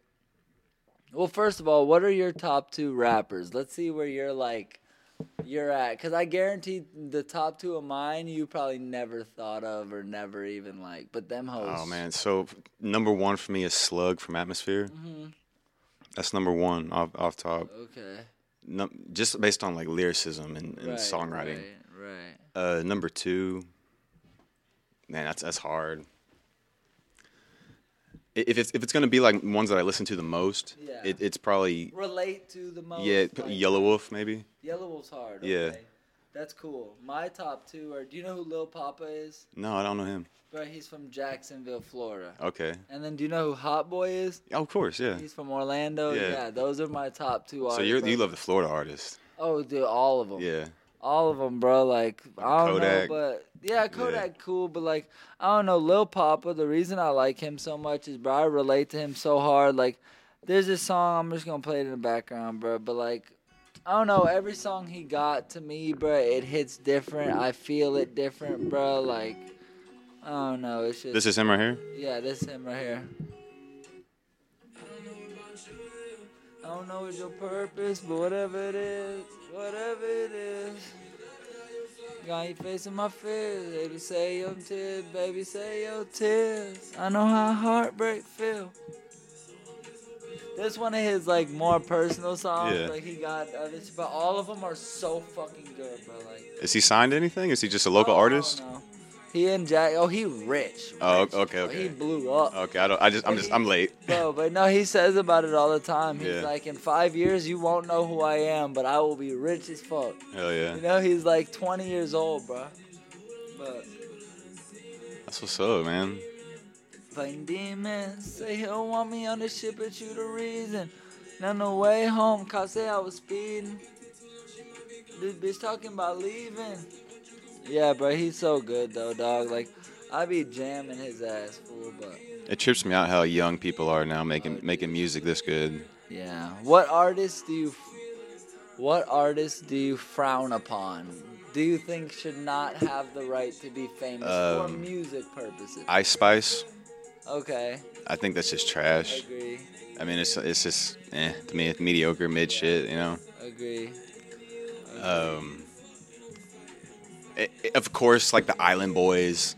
S1: Well, first of all, what are your top two rappers? Let's see where you're like, you're at, because I guarantee the top two of mine you probably never thought of or never even like, but them hoes.
S2: Oh man, so number one for me is Slug from Atmosphere.
S1: Mm-hmm.
S2: That's number one off off top,
S1: Okay.
S2: Num just based on like lyricism and, and
S1: Right,
S2: songwriting.
S1: Right. right.
S2: Uh, number two, man, that's that's hard. I- If it's if it's gonna be like ones that I listen to the most,
S1: Yeah.
S2: it, it's probably
S1: Relate to the most.
S2: yeah, p-
S1: like-
S2: Yellow Wolf maybe.
S1: Yellow Wolf's hard.
S2: Yeah.
S1: okay. That's cool. My top two are. Do you know who Lil Papa is?
S2: No, I don't know him.
S1: Bro, he's from Jacksonville, Florida.
S2: Okay,
S1: And then do you know who Hot Boy is?
S2: oh, of course, yeah.
S1: He's from Orlando. Yeah,
S2: Yeah.
S1: those are my top two artists.
S2: So you you
S1: bro.
S2: love the Florida artist,
S1: Oh, dude, all of them.
S2: yeah.
S1: All of them, bro. Like, I don't
S2: Kodak.
S1: know, but yeah, Kodak cool, but like, I don't know, Lil Papa, the reason I like him so much is, bro, I relate to him so hard. Like, there's this song, I'm just gonna play it in the background, bro, but like, I don't know, every song he got to me, bro, it hits different. I feel it different, bro. Like, I don't know, it's just,
S2: This is him right here.
S1: yeah, this is him right here. I don't know what your purpose, but whatever it is, whatever it is. Got you facing my fears, baby. Say your tears, baby. Say your tears. I know how heartbreak feel. This one of his like more personal songs,
S2: Yeah.
S1: like he got others, but all of them are so fucking good, bro. Like
S2: Is he signed to anything? Is he just a local
S1: Oh, I don't
S2: artist?
S1: know. He and Jack. Oh, he rich.
S2: Oh,
S1: rich,
S2: okay,
S1: bro.
S2: okay.
S1: He blew up.
S2: Okay, I don't. I just. I'm just. I'm late.
S1: Bro, but no, he says about it all the time. He's
S2: Yeah.
S1: like, in five years, you won't know who I am, but I will be rich as fuck.
S2: Hell yeah.
S1: You know, he's like 20 years old, bro. But
S2: That's what's up, man.
S1: fighting demons, say he'll want me on the ship, but you the reason. And on the way home, cops say I was speeding. This bitch talking about leaving. Yeah, bro, he's so good though, dog. Like, I be jamming his ass, fool, but.
S2: It trips me out how young people are now making making music this good.
S1: Yeah. What artists do you what artists do you frown upon? Do you think should not have the right to be famous for
S2: Um,
S1: music purposes?
S2: Ice Spice,
S1: okay,
S2: I think that's just
S1: I
S2: trash.
S1: agree.
S2: I mean, it's it's just eh, to me, it's mediocre, mid shit, you know.
S1: Agree.
S2: Um, it- it- of course, like the Island Boys,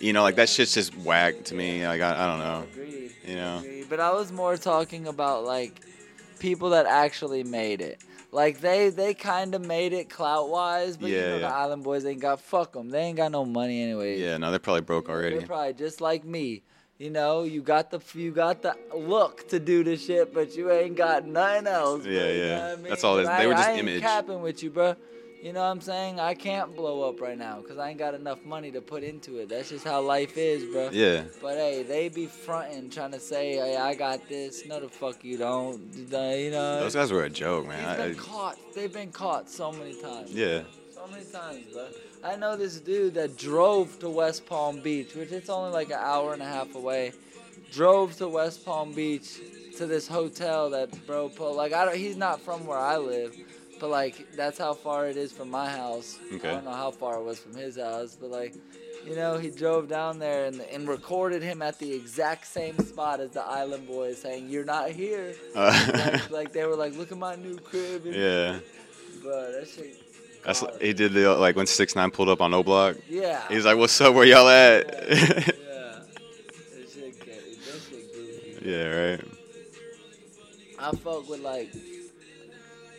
S2: you know, like that shit's just whack to me. Like I, I don't know.
S1: Agreed.
S2: You know.
S1: Agreed. But I was more talking about like people that actually made it. Like they they kind of made it clout wise, but you
S2: Yeah,
S1: know the
S2: yeah.
S1: Island Boys ain't got fuck them. They ain't got no money anyway.
S2: Yeah, no, they're probably broke
S1: You're
S2: already.
S1: probably just like me. You know, you got the you got the look to do this shit, but you ain't got nothing else. bro.
S2: Yeah,
S1: You know
S2: yeah.
S1: what I mean?
S2: That's all it is.
S1: But
S2: They were
S1: I,
S2: just
S1: I ain't
S2: image.
S1: capping with you, bro. You know what I'm saying? I can't blow up right now because I ain't got enough money to put into it. That's just how life is, bro.
S2: Yeah,
S1: But hey, they be fronting, trying to say, "Hey, I got this." No, the fuck you don't. You know.
S2: those guys were a joke, man.
S1: He's been
S2: I, I,
S1: caught. They've been caught so many times.
S2: yeah,
S1: So many times, bro. I know this dude that drove to West Palm Beach, which it's only like an hour and a half away. Drove to West Palm Beach to this hotel that bro put. Like I don't. He's not from where I live, but like that's how far it is from my house.
S2: Okay.
S1: I don't know how far it was from his house, but like. You know, he drove down there and, and recorded him at the exact same spot as the Island Boys, saying, "You're not here."
S2: uh,
S1: like, like they were like, "Look at my new crib." And,
S2: yeah.
S1: Bro, that shit.
S2: That's
S1: caught.
S2: he did the like when Six Nine pulled up on O Block.
S1: Yeah.
S2: He's like, "What's up? Where y'all
S1: yeah.
S2: at?"
S1: That shit get- that shit goofy.
S2: yeah, right.
S1: I fuck with like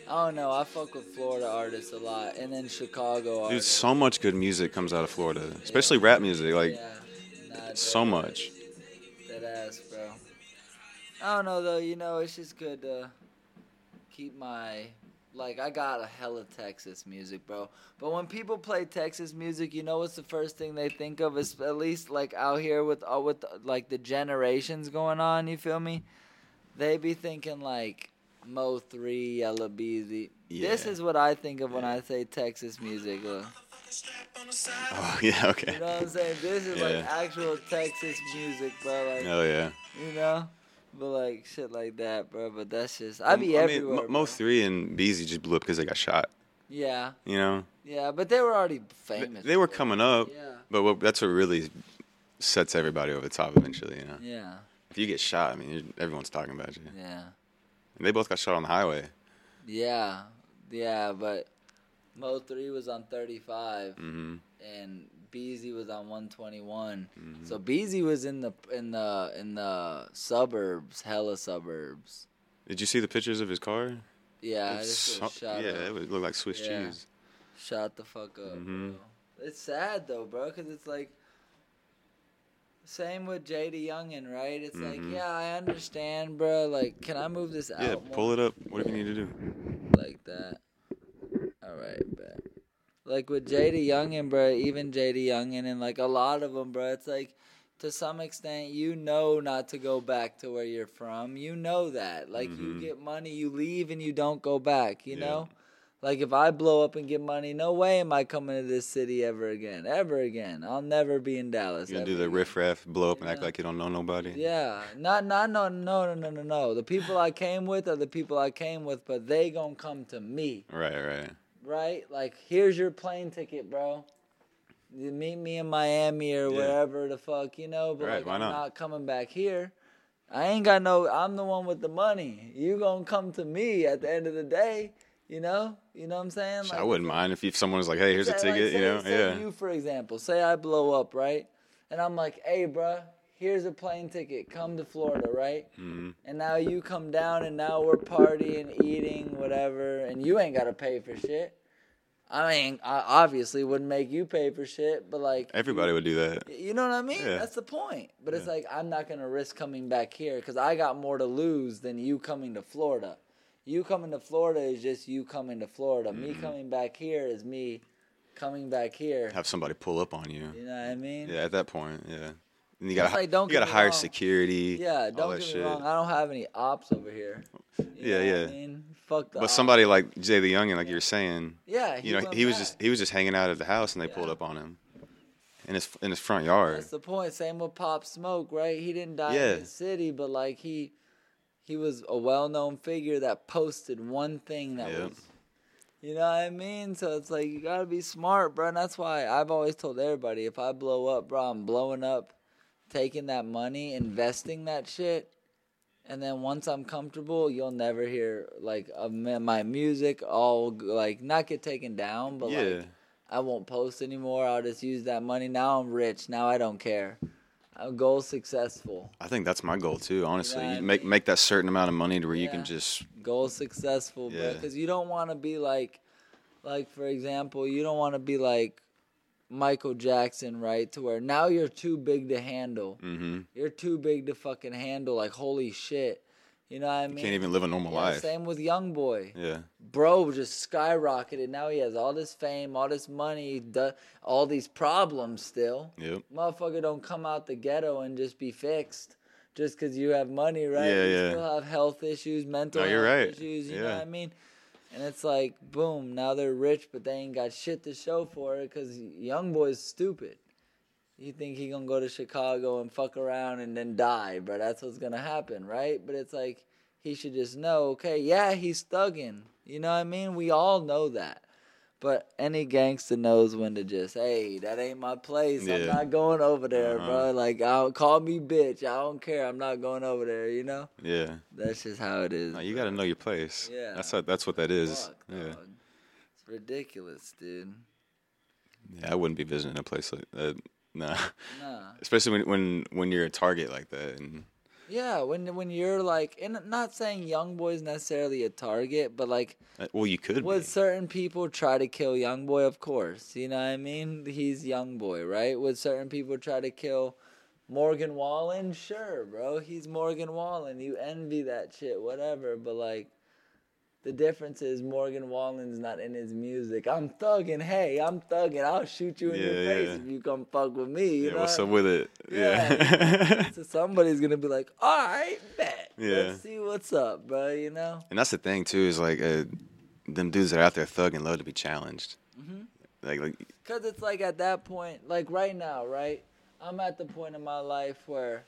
S1: I don't know. I fuck with Florida artists a lot, and then Chicago
S2: Dude,
S1: artists.
S2: so much good music comes out of Florida, especially rap music. Like,
S1: yeah. Nah,
S2: so much.
S1: That ass, bro. I don't know though. You know, it's just good to keep my like. I got a hella Texas music, bro. But when people play Texas music, you know what's the first thing they think of? Is at least like out here with uh, with like the generations going on. You feel me? They be thinking like Mo three, Yellow Beezy. This
S2: Yeah.
S1: is what I think of when I say Texas music. Look.
S2: Oh, yeah, okay.
S1: You know what I'm saying? This is like
S2: Yeah.
S1: actual Texas music, bro. Like,
S2: Hell yeah.
S1: you know? But like shit like that, bro. But that's just I be
S2: I mean,
S1: everywhere.
S2: Mo- Mo
S1: bro.
S2: 3 and Beezy just blew up because they got shot,
S1: Yeah,
S2: you know?
S1: yeah. But they were already
S2: Th-
S1: famous.
S2: They were
S1: before.
S2: coming up,
S1: Yeah.
S2: but what, that's what really sets everybody over the top eventually, you know?
S1: Yeah,
S2: If you get shot, I mean, you're, everyone's talking about you.
S1: yeah,
S2: And they both got shot on the highway.
S1: yeah, yeah. But Mo three was on 35,
S2: Mm-hmm.
S1: and Beezy was on 121.
S2: Mm-hmm.
S1: So Beezy was in the in the in the suburbs, hella suburbs.
S2: Did you see the pictures of his car?
S1: Yeah,
S2: It's
S1: Uh, this
S2: so-
S1: was shot
S2: yeah,
S1: up.
S2: it would look like Swiss
S1: Yeah.
S2: cheese.
S1: Shut the fuck up.
S2: Mhm.
S1: Bro. It's sad though, bro, because it's like. Same with Jada Youngin, right? It's like,
S2: Mhm.
S1: yeah, I understand, bro. Like, can I move this out?
S2: Yeah, pull
S1: more?
S2: it up. What do you need to do?
S1: Like that. All right, bet. Like with Jada Youngin, bro, even Jada Youngin and like a lot of them, bro, it's like to some extent, you know not to go back to where you're from. You know that. Like you
S2: Mhm.
S1: get money, you leave and you don't go back, you
S2: Yeah.
S1: know? Like if I blow up and get money, no way am I coming to this city ever again. Ever again. I'll never be in Dallas.
S2: You're gonna
S1: ever
S2: do the
S1: again.
S2: riffraff, blow up, and act
S1: Yeah.
S2: like you don't know nobody.
S1: Yeah. Not not no no no no no no. The people I came with are the people I came with, but they gonna come to me.
S2: Right, right.
S1: right? Like, here's your plane ticket, bro. You meet me in Miami or
S2: Yeah.
S1: wherever the fuck, you know, but
S2: Right,
S1: like,
S2: why
S1: I'm
S2: not?
S1: not coming back here. I ain't got no, I'm the one with the money. You gonna come to me at the end of the day, you know? You know what I'm saying?
S2: I wouldn't mind if, if someone was like, "Hey, here's a
S1: say- like,
S2: ticket," you
S1: say-
S2: know?
S1: say
S2: Yeah.
S1: you, for example, say I blow up, right? And I'm like, hey, bro, here's a plane ticket. Come to Florida, right?
S2: Mhm.
S1: And now you come down, and now we're partying, eating, whatever, and you ain't gotta pay for shit. I mean, I obviously wouldn't make you pay for shit, but like,
S2: Everybody would do that.
S1: you know what I mean?
S2: Yeah.
S1: That's the point. But it's
S2: Yeah.
S1: like I'm not gonna risk coming back here because I got more to lose than you coming to Florida. You coming to Florida is just you coming to Florida. Me
S2: Mm-hmm.
S1: coming back here is me coming back here.
S2: Have somebody pull up on you.
S1: You know what I mean?
S2: Yeah, at that point, yeah. And you gotta,
S1: like, don't
S2: you
S1: get
S2: gotta
S1: me
S2: hire
S1: wrong.
S2: security.
S1: Yeah,
S2: all
S1: don't
S2: that
S1: get me
S2: shit.
S1: wrong. I don't have any ops over here. You
S2: Yeah,
S1: know what
S2: yeah.
S1: I mean, fuck the.
S2: But
S1: ops.
S2: somebody like Jay the Youngin, like you were saying,
S1: Yeah,
S2: you know,
S1: went
S2: he was
S1: back.
S2: just he was just hanging out at the house, and they pulled
S1: Yeah.
S2: up on him in his in his front yard.
S1: That's the point. Same with Pop Smoke, right? He didn't die
S2: Yeah.
S1: in his city, but like he, he was a well-known figure that posted one thing that
S2: Yep.
S1: was, you know what I mean. So it's like you gotta be smart, bro. And that's why I've always told everybody: if I blow up, bro, I'm blowing up, taking that money, investing that shit. And then once I'm comfortable, you'll never hear like of my my music all like not get taken down, but
S2: yeah,
S1: like I won't post anymore. I'll just use that money. Now I'm rich. Now I don't care. I'm goal successful.
S2: I think that's my goal too. Honestly,
S1: know what I
S2: you make
S1: mean?
S2: make that certain amount of money to where you
S1: Yeah.
S2: can just
S1: Goal successful, bro.
S2: Yeah.
S1: Because you don't want to be like, like for example, you don't want to be like Michael Jackson, right? To where now you're too big to handle.
S2: hmm
S1: You're too big to fucking handle. Like holy shit, you know what I mean?
S2: can't even live a normal
S1: Yeah,
S2: life.
S1: Same with YoungBoy.
S2: Yeah,
S1: bro just skyrocketed. Now he has all this fame, all this money, du- all these problems still.
S2: yep.
S1: Motherfucker don't come out the ghetto and just be fixed just because you have money, right?
S2: Yeah,
S1: you
S2: yeah.
S1: still have health issues, mental
S2: No, you're
S1: health
S2: right.
S1: issues, you know
S2: Yeah.
S1: what I mean? And it's like, boom, now they're rich, but they ain't got shit to show for it because young boy's stupid. You think he gonna go to Chicago and fuck around and then die, bro? That's what's gonna happen, right? But it's like he should just know, okay, yeah, he's thugging. You know what I mean? We all know that. But any gangster knows when to just, hey, that ain't my place. I'm
S2: Yeah.
S1: not going over there,
S2: Uh-huh.
S1: bro. Like, I'll, call me bitch. I don't care. I'm not going over there. You know,
S2: Yeah.
S1: that's just how it is.
S2: No, you
S1: bro.
S2: gotta know your place.
S1: Yeah.
S2: That's what that's what that is.
S1: Fuck,
S2: yeah.
S1: dog. It's ridiculous, dude.
S2: Yeah, I wouldn't be visiting a place like that. Nah.
S1: Nah.
S2: Especially when when when you're a target like that and
S1: Yeah, when when you're like, and not saying young boys necessarily a target, but like,
S2: Uh, Well, you could.
S1: would
S2: be.
S1: certain people try to kill young boy? Of course, you know what I mean. He's young boy, right? Would certain people try to kill Morgan Wallen? Sure, bro. He's Morgan Wallen. You envy that shit, whatever. But like, the difference is Morgan Wallen's not in his music. I'm thugging. Hey, I'm thugging. I'll shoot you in your
S2: Yeah,
S1: face
S2: yeah.
S1: if you come fuck with me. You
S2: Yeah,
S1: know?
S2: what's up with it?
S1: Yeah.
S2: yeah.
S1: So somebody's gonna be like, all right, bet.
S2: Yeah.
S1: Let's see what's up, bro. You know.
S2: And that's the thing too is like uh, them dudes that are out there thugging love to be challenged.
S1: Mm-hmm.
S2: Like, like
S1: Cause it's like at that point, like right now, right? I'm at the point in my life where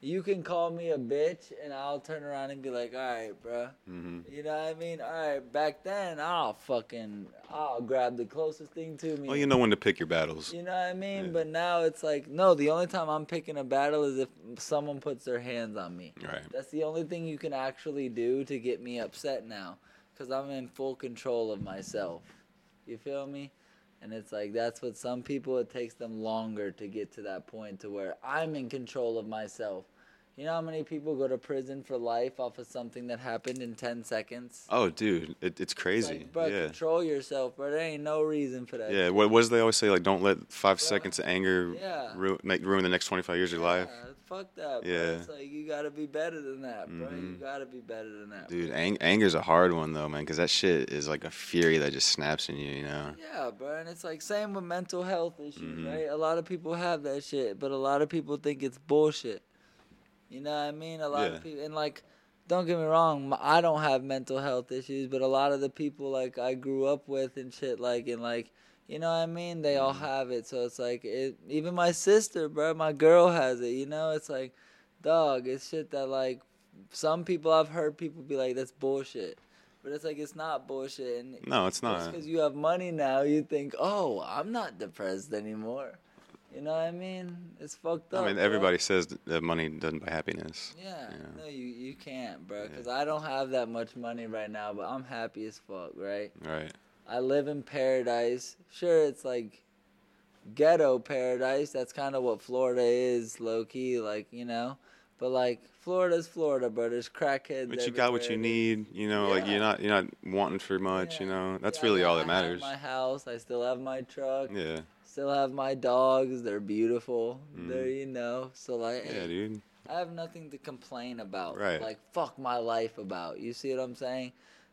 S1: you can call me a bitch and I'll turn around and be like, all right, bro.
S2: Mm-hmm.
S1: You know what I mean? All right, back then I'll fucking I'll grab the closest thing to me.
S2: well, oh, you know when to pick your battles.
S1: You know what I mean?
S2: Yeah.
S1: But now it's like, no, the only time I'm picking a battle is if someone puts their hands on me.
S2: Right.
S1: That's the only thing you can actually do to get me upset now, because I'm in full control of myself. You feel me? And it's like that's what some people it takes them longer to get to that point to where I'm in control of myself. You know how many people go to prison for life off of something that happened in ten seconds?
S2: Oh, dude, it, it's
S1: It's
S2: crazy.
S1: Like, bro,
S2: yeah.
S1: control yourself, bro. There ain't no reason for that.
S2: Yeah, what, what does they always say? Like, don't let five seconds of anger
S1: Yeah.
S2: ru- make, ruin the next 25 years of your life.
S1: Yeah, fuck that. Bro.
S2: Yeah. Mm-hmm.
S1: It's like you gotta be better than that, bro. You gotta be better than that.
S2: Dude, ang- anger's a hard one, though, man, because that shit is like a fury that just snaps in you, you know?
S1: Yeah, bro. And it's like same with mental health issues, right? A lot of people have that shit, but a lot of people think it's bullshit. You know what I mean? A lot
S2: Yeah.
S1: of people and like don't get me wrong, m- I don't have mental health issues, but a lot of the people like I grew up with and shit like and like you know what I mean? They all have it. So it's like it even my sister, bro, my girl has it, you know? It's like dog, it's shit that like some people I've heard people be like that's bullshit. But it's like it's not bullshit and
S2: No, it's
S1: just
S2: not.
S1: because you have money now, you think, oh, I'm not depressed anymore. You know what I mean? It's fucked up.
S2: I mean,
S1: bro.
S2: everybody says th- that money doesn't buy happiness.
S1: Yeah.
S2: Yeah.
S1: No, you you can't, bro. Because I don't have that much money right now, but I'm happy as fuck, right?
S2: Right.
S1: I live in paradise. Sure, it's like ghetto paradise. That's kind of what Florida is, low key. Like you know, but like Florida's Florida, bro. There's crackheads.
S2: But you got what you
S1: everywhere.
S2: need, you know, like
S1: Yeah.
S2: you're not you're not wanting for much, you
S1: Yeah.
S2: know. That's
S1: Yeah,
S2: really all that
S1: I have
S2: matters.
S1: My house. I still have my truck.
S2: Yeah.
S1: Still have my dogs. They're beautiful. They're you know. So like,
S2: Mm-hmm. Yeah, dude.
S1: I have nothing to complain about.
S2: Right.
S1: Like fuck my life about. You see what I'm saying?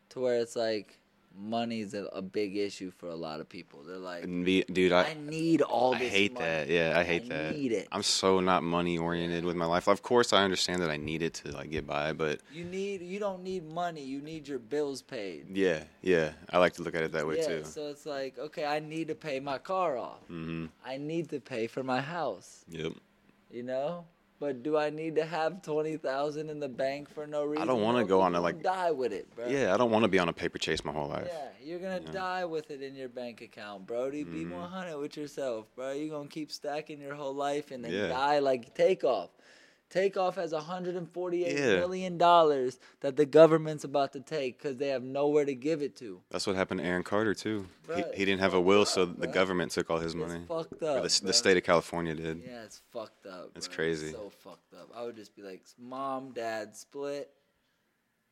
S1: To where it's like money's a, a big issue for a lot of people. They're like,
S2: And me, dude,
S1: I
S2: I,
S1: need all
S2: I
S1: this.
S2: hate
S1: money.
S2: that. Yeah, I hate that.
S1: need it.
S2: I'm so not money oriented with my life. Of course, I understand that I need it to like get by, but
S1: You need. You don't need money. You need your bills paid.
S2: yeah, yeah, I like to look at it that way
S1: yeah,
S2: too.
S1: so it's like, okay, I need to pay my car off.
S2: hmm
S1: I need to pay for my house.
S2: Yep.
S1: you know. But do I need to have twenty thousand in the bank for no reason?
S2: wanna
S1: bro?
S2: go
S1: You're
S2: on a,
S1: gonna
S2: like-
S1: die with it, bro.
S2: Yeah, I don't want to be on a paper chase my whole life.
S1: Yeah, you're gonna
S2: Yeah. Mm-hmm.
S1: die with it in your bank account, Brody. Be 100 with yourself, bro. You're gonna keep stacking your whole life and then
S2: Yeah.
S1: die like takeoff. Takeoff has 148
S2: Yeah.
S1: million dollars that the government's about to take because they have nowhere to give it to.
S2: That's what happened to Aaron Carter too. He,
S1: Bruh,
S2: he didn't have a will, so
S1: up,
S2: the
S1: bruh.
S2: government took all his money.
S1: It's fucked
S2: Or
S1: up.
S2: the, s-
S1: bro.
S2: the state of California did.
S1: Yeah, it's fucked up.
S2: It's
S1: bro.
S2: crazy.
S1: so fucked up. I would just be like, mom, dad, split.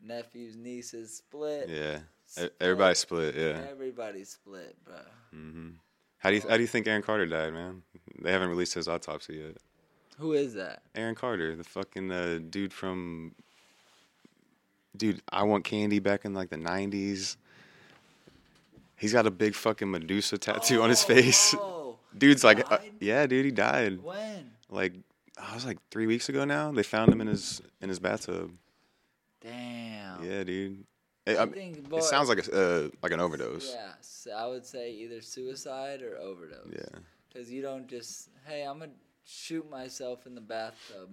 S1: Nephews, nieces, split.
S2: Yeah. E
S1: Split.
S2: Everybody split. Yeah.
S1: Everybody split, bro.
S2: How do you how do you think Aaron Carter died, man? They haven't released his autopsy yet.
S1: Who is that?
S2: Aaron Carter, the fucking uh, dude from dude, I want candy back in like the '90s. He's got a big fucking Medusa tattoo on his face.
S1: Oh,
S2: Dude's like, uh,
S1: died?
S2: yeah, dude, he died.
S1: when?
S2: Like, I was like three weeks ago now. They found him in his in his bathtub.
S1: Damn.
S2: Yeah, dude. It,
S1: I
S2: I mean,
S1: Oh. think, boy-
S2: it sounds like a uh, like an overdose.
S1: Yeah, so I would say either suicide or overdose.
S2: Yeah.
S1: Because you don't just, hey, I'm going to shoot myself in the bathtub.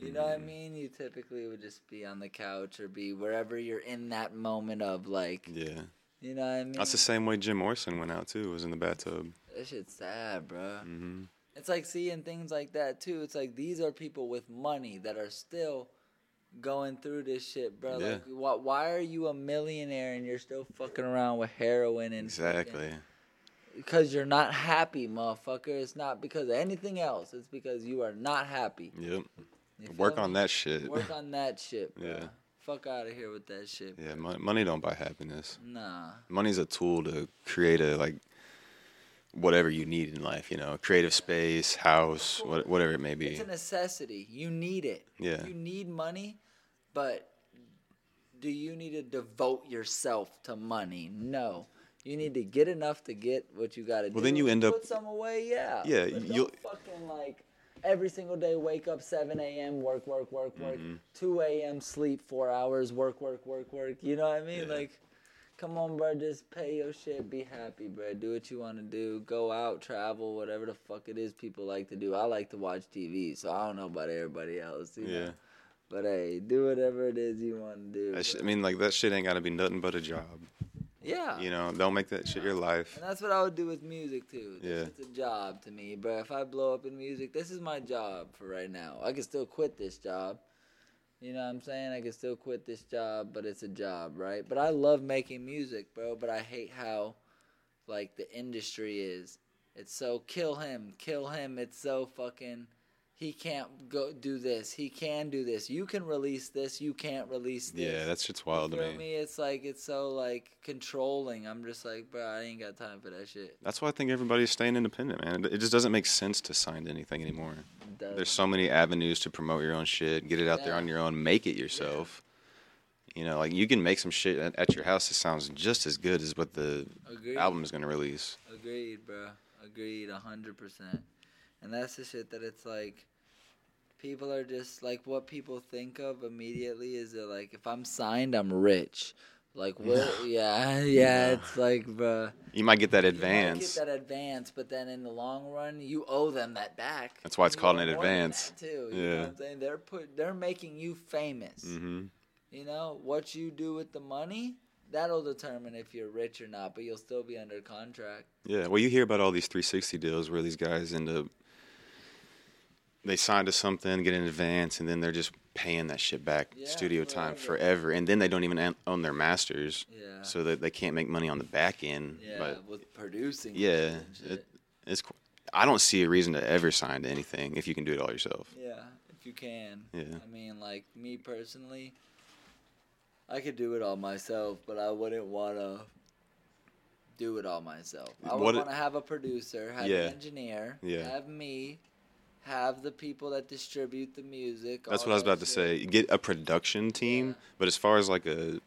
S1: You know what
S2: Mm.
S1: I mean? You typically would just be on the couch or be wherever you're in that moment of, like,
S2: Yeah.
S1: you know what I mean?
S2: That's the same way Jim Morrison went out too. Was in the bathtub.
S1: That shit's sad, bro.
S2: Mm-hmm.
S1: It's like seeing things like that too. It's like these are people with money that are still going through this shit, bro.
S2: Yeah.
S1: Like, why, why are you a millionaire and you're still fucking around with heroin and
S2: Exactly.
S1: Because you're not happy, motherfucker. It's not because of anything else. It's because you are not happy.
S2: Yep.
S1: You
S2: Work
S1: feel
S2: on
S1: me?
S2: that shit.
S1: Work on that shit, bro.
S2: Yeah.
S1: Fuck out of here with that shit.
S2: yeah, mon- money don't buy happiness.
S1: Nah.
S2: Money's a tool to create a like whatever you need in life. You know, creative space, house, what, whatever it may be.
S1: It's a necessity. You need it.
S2: Yeah.
S1: You need money, but do you need to devote yourself to money? No. You need to get enough to get what you got to do.
S2: Well, then you end
S1: put
S2: up-
S1: Put some away, yeah.
S2: Yeah,
S1: But
S2: you'll-
S1: don't fucking like every single day wake up 7 a.m., work, work, work, work.
S2: Mm-hmm.
S1: 2 a.m., sleep four hours, work, work, work, work. You know what I mean?
S2: Yeah.
S1: Like, come on, bro. Just pay your shit. Be happy, bro. Do what you want to do. Go out, travel, whatever the fuck it is people like to do. I like to watch TV, so I don't know about everybody else. You
S2: Yeah.
S1: Know? But hey, do whatever it is you want to do.
S2: That sh-
S1: bro.
S2: I mean, like that shit ain't gotta be nothing but a job.
S1: yeah.
S2: You know, don't make that shit your life.
S1: Uh, And that's what I would do with music too.
S2: Yeah.
S1: It's a job to me, but if I blow up in music, this is my job for right now. I can still quit this job. You know what I'm saying? I can still quit this job, but it's a job, right? But I love making music, bro, but I hate how like the industry is. It's so kill him, kill him. It's so fucking he can't go do this. He can do this. You can release this. You can't release this.
S2: Yeah, that shit's wild to
S1: For
S2: me.
S1: me, it's like it's so like controlling. I'm just like, bro, I ain't got time for that shit.
S2: That's why I think everybody's staying independent, man. It- It just doesn't make sense to sign to anything anymore.
S1: Doesn't.
S2: There's so many avenues to promote your own shit, get it out there
S1: Yeah.
S2: on your own, make it yourself. You know, like you can make some shit at, at your house that sounds just as good as what the
S1: Agreed.
S2: album is going to release.
S1: Agreed, bro. Agreed, a hundred percent. And that's the shit that it's like. People are just like what people think of immediately is that like if I'm signed, I'm rich. Like what? Yeah, yeah.
S2: No.
S1: It's like, bro.
S2: You might get that
S1: You might
S2: advance.
S1: Get that advance, but then in the long run, you owe them that back.
S2: That's why it's
S1: You
S2: called
S1: owe
S2: an
S1: more than
S2: advance.
S1: that, too. You know
S2: Yeah.
S1: what I'm saying? They're put. They're making you famous.
S2: hmm
S1: You know, what you do with the money, that'll determine if you're rich or not, but you'll still be under contract.
S2: Yeah, well, you hear about all these 360 deals where these guys end up they sign to something, get in advance, and then they're just paying that shit back
S1: Yeah,
S2: studio time
S1: forever.
S2: forever, and then they don't even an- own their masters,
S1: Yeah.
S2: so that they can't make money on the back end.
S1: yeah,
S2: but
S1: with producing. and
S2: yeah,
S1: shit.
S2: it, it's. qu- I don't see a reason to ever sign to anything if you can do it all yourself.
S1: yeah, if you can.
S2: Yeah.
S1: I mean, like, me personally, I could do it all myself, but I wouldn't want to do it all myself. I would
S2: What it-
S1: want to have a producer, have
S2: Yeah.
S1: an engineer,
S2: Yeah.
S1: have me, have the people that distribute the music.
S2: That's
S1: all
S2: what I was
S1: that
S2: about to
S1: shit.
S2: say. Get a production team,
S1: Yeah.
S2: but as far as like a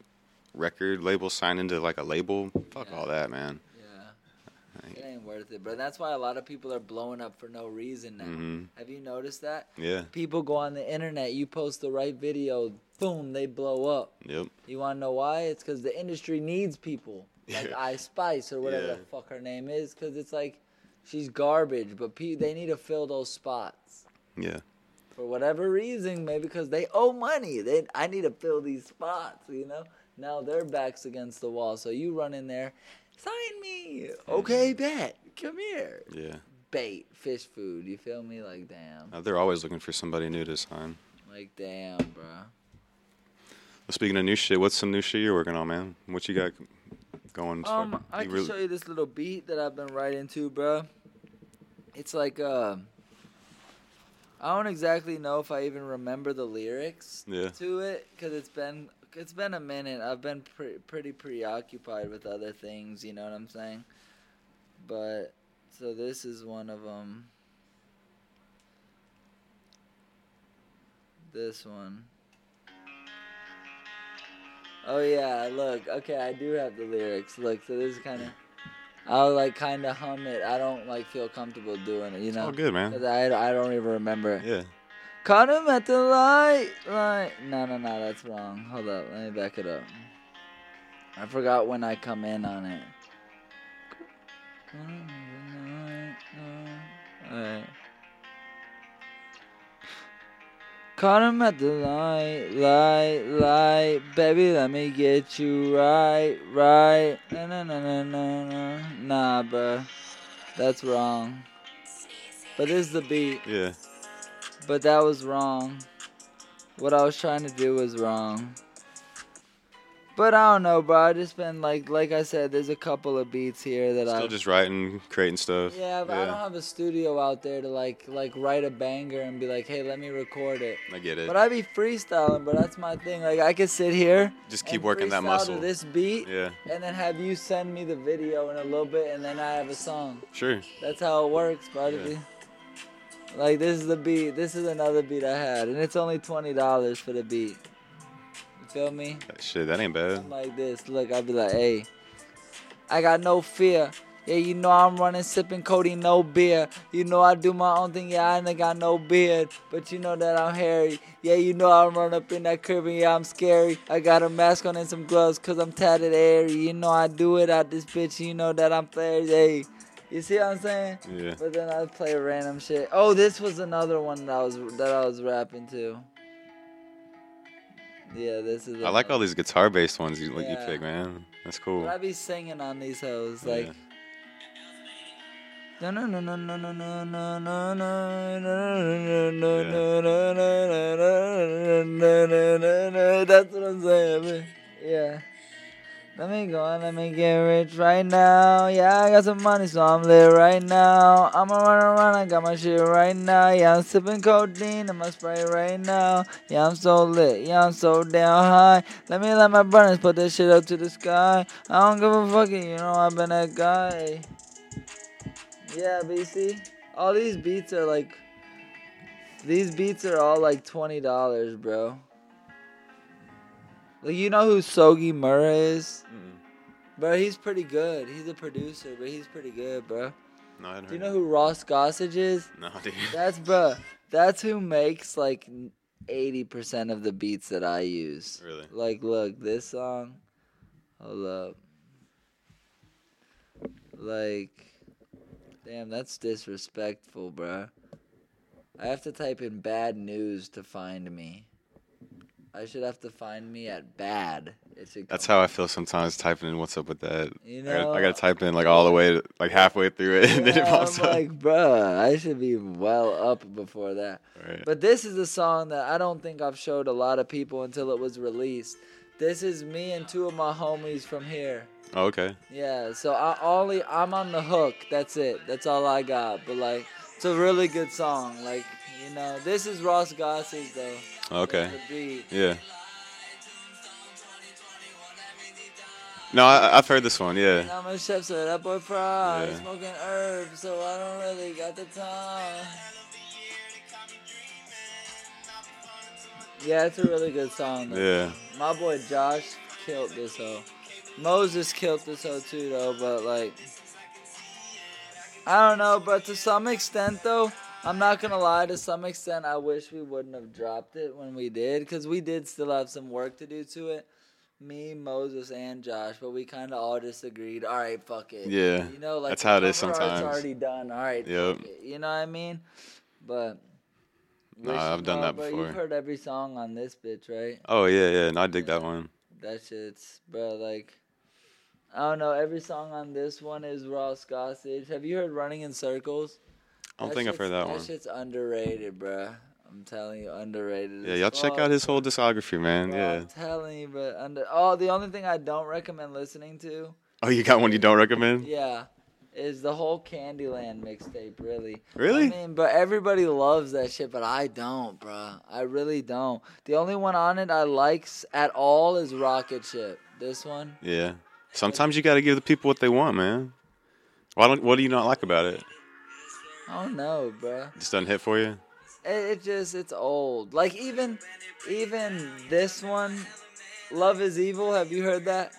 S2: record label, sign into like a label. Fuck
S1: Yeah.
S2: all that, man.
S1: Yeah. It ain't worth it, bro. That's why a lot of people are blowing up for no reason now.
S2: Mhm.
S1: Have you noticed that?
S2: Yeah.
S1: People go on the internet, you post the right video, boom, they blow up.
S2: Yep.
S1: You want to know why? It's because the industry needs people. Like
S2: Yeah.
S1: I Spice or whatever the
S2: Yeah.
S1: fuck her name is, because it's like she's garbage, but pe- they need to fill those spots.
S2: Yeah.
S1: For whatever reason, maybe because they owe money. They, I need to fill these spots, you know? Now their back's against the wall, so you run in there, sign me. Okay,
S2: Mm-hmm.
S1: bet. Come here.
S2: Yeah.
S1: Bait, fish food, you feel me? Like, damn.
S2: Uh, they're always looking for somebody new to sign.
S1: Like, damn, bro.
S2: Well, speaking of new shit, what's some new shit you're working on, man? What you got going? as far-
S1: Um, I
S2: you
S1: can
S2: really-
S1: show you this little beat that I've been writing to, bro. It's like uh, I don't exactly know if I even remember the lyrics
S2: Yeah.
S1: to it because it's been it's been a minute. I've been pre- pretty preoccupied with other things, you know what I'm saying? But so this is one of them. This one. Oh yeah, look. Okay, I do have the lyrics. Look, so this is kind of. I'll like kind of hum it. I don't like feel comfortable doing it, you know.
S2: Oh, good, man.
S1: 'Cause I, I don't even remember. it.
S2: Yeah.
S1: Caught him at the light, light. No, no, no, that's wrong. Hold up, let me back it up. I forgot when I come in on it. Alright. Caught him at the light, light, light. Baby, let me get you right, right. Na na na na na na. Nah, bruh. That's wrong. But this is the beat
S2: Yeah.
S1: but that was wrong. What I was trying to do was wrong. But I don't know, bro. I just been like, like I said, there's a couple of beats here that
S2: Still
S1: I.
S2: just writing, creating stuff.
S1: yeah, but I don't have a studio out there to like, like write a banger and be like, hey, let me record it.
S2: I get it.
S1: But I be freestyling, but that's my thing. Like I could sit here,
S2: Just keep
S1: and
S2: working that
S1: freestyle to
S2: muscle.
S1: This beat,
S2: Yeah.
S1: and then have you send me the video in a little bit, and then I have a song.
S2: sure.
S1: That's how it works, buddy.
S2: Yeah.
S1: Like this is the beat. This is another beat I had, and it's only twenty dollars for the beat. You feel me?
S2: That shit, that ain't bad.
S1: Something like this. Look, I'd be like, hey, I got no fear. Yeah, you know I'm running, sipping Cody, no beer. You know I do my own thing, yeah, I ain't got no beard. But you know that I'm hairy. Yeah, you know I run up in that crib and yeah, I'm scary. I got a mask on and some gloves, cause I'm tatted airy. You know I do it out this bitch, you know that I'm flares, hey. You see what I'm saying?
S2: Yeah.
S1: But then I play random shit. Oh, this was another one that I was that I was rapping to. Yeah, this is.
S2: I like all these guitar based ones you, like you
S1: Yeah.
S2: pick, man. That's cool.
S1: But I be singing on these hoes
S2: Yeah.
S1: like. No no no no no no no no no no no no no no no no no no no no no That's what I'm saying. man. Yeah. Let me go and let me get rich right now. Yeah, I got some money, so I'm lit right now. I'ma run around, I got my shit right now. Yeah, I'm sipping codeine in my spray right now. Yeah, I'm so lit, yeah, I'm so down high. Let me let my brothers put this shit up to the sky. I don't give a fuck, you know, I've been that guy. Yeah, but you see, all these beats are like, these beats are all like twenty dollars, bro. Like you know who Sogi Murrah is, bro? He's pretty good. He's a producer, but he's pretty good, bro.
S2: No, I hadn't
S1: Do you
S2: heard
S1: know who Ross Gossage is?
S2: that. No, dude.
S1: That's bro. That's who makes like eighty percent of the beats that I use.
S2: Really?
S1: Like, look, this song. Hold up. Like, damn, that's disrespectful, bro. I have to type in bad news to find me. I should have to find me at bad. It should
S2: That's
S1: come-
S2: how I feel sometimes typing in what's up with that.
S1: You
S2: I, gotta, I
S1: know-
S2: gotta type in like all the way, to, like halfway through it, and then it
S1: Yeah,
S2: pops
S1: I'm
S2: up.
S1: like, bruh, I should be well up before that.
S2: Right.
S1: But this is a song that I don't think I've showed a lot of people until it was released. This is me and two of my homies from here.
S2: Oh, okay.
S1: Yeah, so I only I'm on the hook. That's it. That's all I got. But like, it's a really good song. Like, you know, this is Ross Goss's though.
S2: Oh, Okay.
S1: The beat.
S2: Yeah. No, I, I've heard this one. Yeah.
S1: Not much chef, so that boy fry.
S2: Yeah.
S1: Smoking herbs, so I don't really got the time. Yeah, it's a really good song. Though.
S2: Yeah.
S1: My boy Josh killed this hoe. Moses killed this hoe too, though. But like, I don't know. But to some extent, though, I'm not gonna lie. To some extent, I wish we wouldn't have dropped it when we did, because we did still have some work to do to it. Me, Moses, and Josh, but we kind of all just agreed. All right, fuck it.
S2: Yeah,
S1: you know, like
S2: that's
S1: the
S2: how it is
S1: cover art's
S2: sometimes.
S1: already done. All right,
S2: Yep.
S1: fuck it. You know what I mean? But
S2: Nah,
S1: we should
S2: I've done
S1: know,
S2: that
S1: bro.
S2: before.
S1: You've heard every song on this bitch, right?
S2: Oh yeah, yeah. No, I dig that one.
S1: That shit's bro like I don't know, every song on this one is Ross Gossage. Have you heard Running in Circles?
S2: I don't think I've heard
S1: shit's-
S2: that one.
S1: That shit's underrated, bruh. I'm telling you, underrated.
S2: Yeah,
S1: as
S2: y'all check
S1: fuck,
S2: out his whole
S1: bruh.
S2: discography, man.
S1: Bruh,
S2: Yeah.
S1: I'm telling you, but under oh the only thing I don't recommend listening to,
S2: Oh, you got one you don't recommend?
S1: yeah, is the whole Candyland mixtape, really.
S2: Really?
S1: I mean, but everybody loves that shit, but I don't, bruh. I really don't. The only one on it I likes at all is Rocket Ship. This one.
S2: Yeah. Sometimes you gotta give the people what they want, man. Why don't? What do you not like about it?
S1: I don't know, Oh, bruh.
S2: Just doesn't hit for you?
S1: It, it just it's old. Like even even this one, Love is Evil. Have you heard that?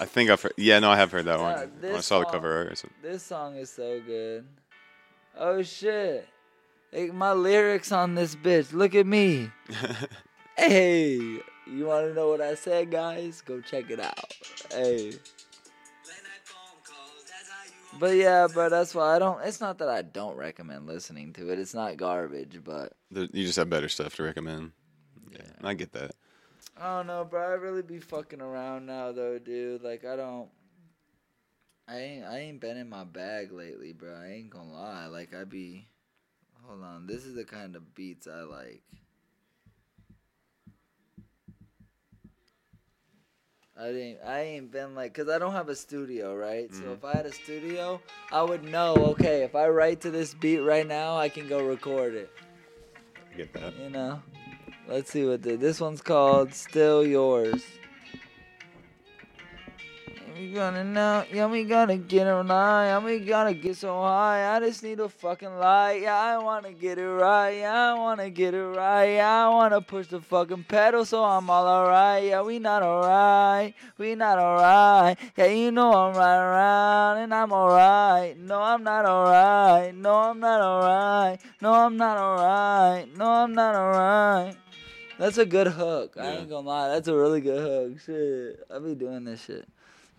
S2: I think I've heard. Yeah, no, I have heard that
S1: Yeah,
S2: one. When I
S1: this
S2: saw the
S1: song-
S2: cover art. or something.
S1: This song is so good. Oh shit. Like, my lyrics on this bitch. Look at me. hey, you want to know what I said, guys? Go check it out. Hey. But yeah, but that's why I don't. It's not that I don't recommend listening to it. It's not garbage, but
S2: There- You just have better stuff to recommend. Yeah. I get that.
S1: I don't know, bro. I really be fucking around now, though, dude. Like I don't. I ain't. I ain't been in my bag lately, bro. I ain't gonna lie. Like I be. Hold on. This is the kind of beats I like. I ain't I ain't been like cuz I don't have a studio, right? So if I had a studio, I would know, okay, if I write to this beat right now, I can go record it,
S2: I get that.
S1: you know. Let's see what the, this one's called Still Yours. We gonna know, yeah, we gonna get online, yeah, we gonna get so high. I just need a fucking light, yeah, I wanna get it right, yeah, I wanna get it right, yeah, I wanna push the fucking pedal so I'm all alright, yeah, we not alright, we not alright, yeah, you know I'm right around and I'm alright, no, I'm not alright, no, I'm not alright, no, I'm not alright, no, I'm not alright. That's a good hook. I
S2: Yeah.
S1: ain't gonna lie. That's a really good hook. Shit. I be doing this shit.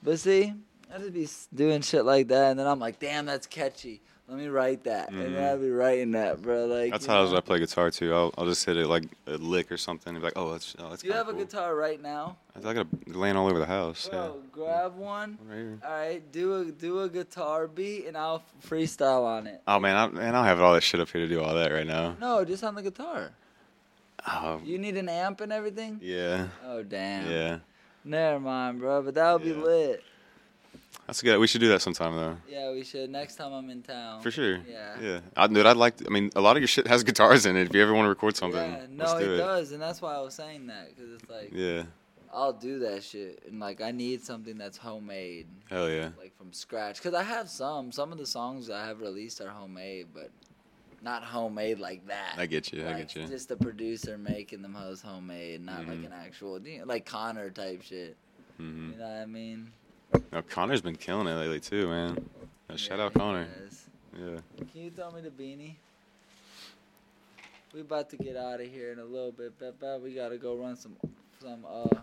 S1: But see, I just be s- doing shit like that, and then I'm like, damn, that's catchy. Let me write that, and then
S2: Mhm.
S1: I'll be writing that, bro. Like
S2: That's
S1: you
S2: how I was
S1: know.
S2: I play guitar too. I'll, I'll just hit it like a lick or something. And be like, oh, that's oh, that's.
S1: Do you
S2: kinda
S1: have a
S2: cool.
S1: guitar right now,
S2: I got it laying all over the house.
S1: bro? Grab one.
S2: yeah. Right here.
S1: All right, do a do a guitar beat, and I'll freestyle on it.
S2: Oh man, I, man, I don't have all that shit up here to do all that right now.
S1: No, just on the guitar.
S2: Oh,
S1: You need an amp and everything.
S2: yeah,
S1: Oh damn.
S2: yeah.
S1: Never mind, bro. But that would
S2: Yeah.
S1: be lit.
S2: That's good. We should do that sometime though,
S1: Yeah, we should. Next time I'm in town.
S2: for sure.
S1: Yeah.
S2: Yeah. I, dude, I'd like. To, I mean, a lot of your shit has guitars in it. If you ever want to record something,
S1: Yeah, no,
S2: let's do
S1: it,
S2: it.
S1: does, and that's why I was saying that because it's like
S2: Yeah.
S1: I'll do that shit, and like I need something that's homemade,
S2: Hell yeah.
S1: like from scratch. Because I have some, some of the songs I have released are homemade, but not homemade like that.
S2: I get you. I
S1: Like,
S2: get you.
S1: Just the producer making them hoes homemade, not like
S2: Mhm.
S1: an actual, you know, like Connor type shit.
S2: hmm
S1: You know what I mean?
S2: No, Connor's been killing it lately too, man. Uh, Shout
S1: Yeah,
S2: out Connor.
S1: yes.
S2: Yeah.
S1: Can you throw me the beanie? We about to get out of here in a little bit, but but we gotta go run some some uh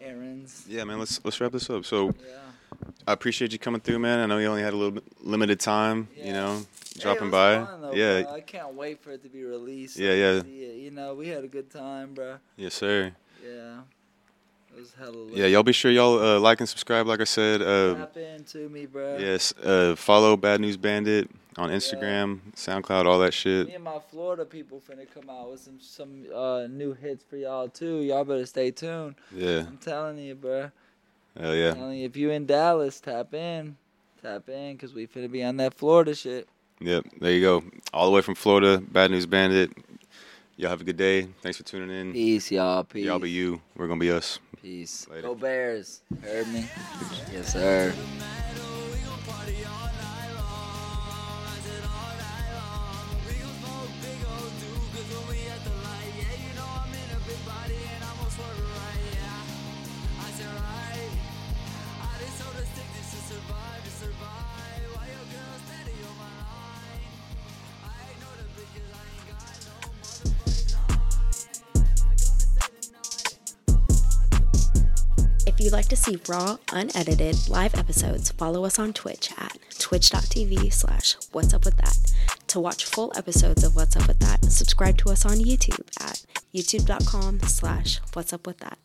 S1: errands.
S2: Yeah, man. Let's let's wrap this up. So
S1: Yeah.
S2: I appreciate you coming through, man. I know you only had a little bit limited time.
S1: Yeah.
S2: You know,
S1: Hey, it
S2: dropping
S1: was
S2: by.
S1: fun, though,
S2: yeah.
S1: bro. I can't wait for it to be released.
S2: Yeah,
S1: I
S2: yeah.
S1: can see it. You know, we had a good time, bro.
S2: Yes, sir.
S1: Yeah. It was hella lit.
S2: Yeah, y'all be sure y'all uh, like and subscribe. Like I said, uh,
S1: Tap into me, bro.
S2: yes, uh, follow Bad News Bandit on Instagram, SoundCloud, all that
S1: Me
S2: shit.
S1: and my Florida people finna come out with some some uh, new hits for y'all too. Y'all better stay tuned.
S2: Yeah,
S1: I'm telling you, bro.
S2: hell yeah,
S1: Telling you, if you in Dallas, tap in, tap in, cause we finna be on that Florida shit.
S2: yep. There you go, all the way from Florida, Bad News Bandit. Y'all have a good day. Thanks for tuning in.
S1: Peace, y'all. Peace.
S2: Y'all be you. We're gonna be us.
S1: Peace.
S2: Later.
S1: Go Bears. Heard me? Yes, sir.
S3: If you'd like to see raw, unedited, live episodes, follow us on Twitch at twitch.tv slash what's up with that. To watch full episodes of What's Up With That, subscribe to us on YouTube at youtube.com slash what's up with that.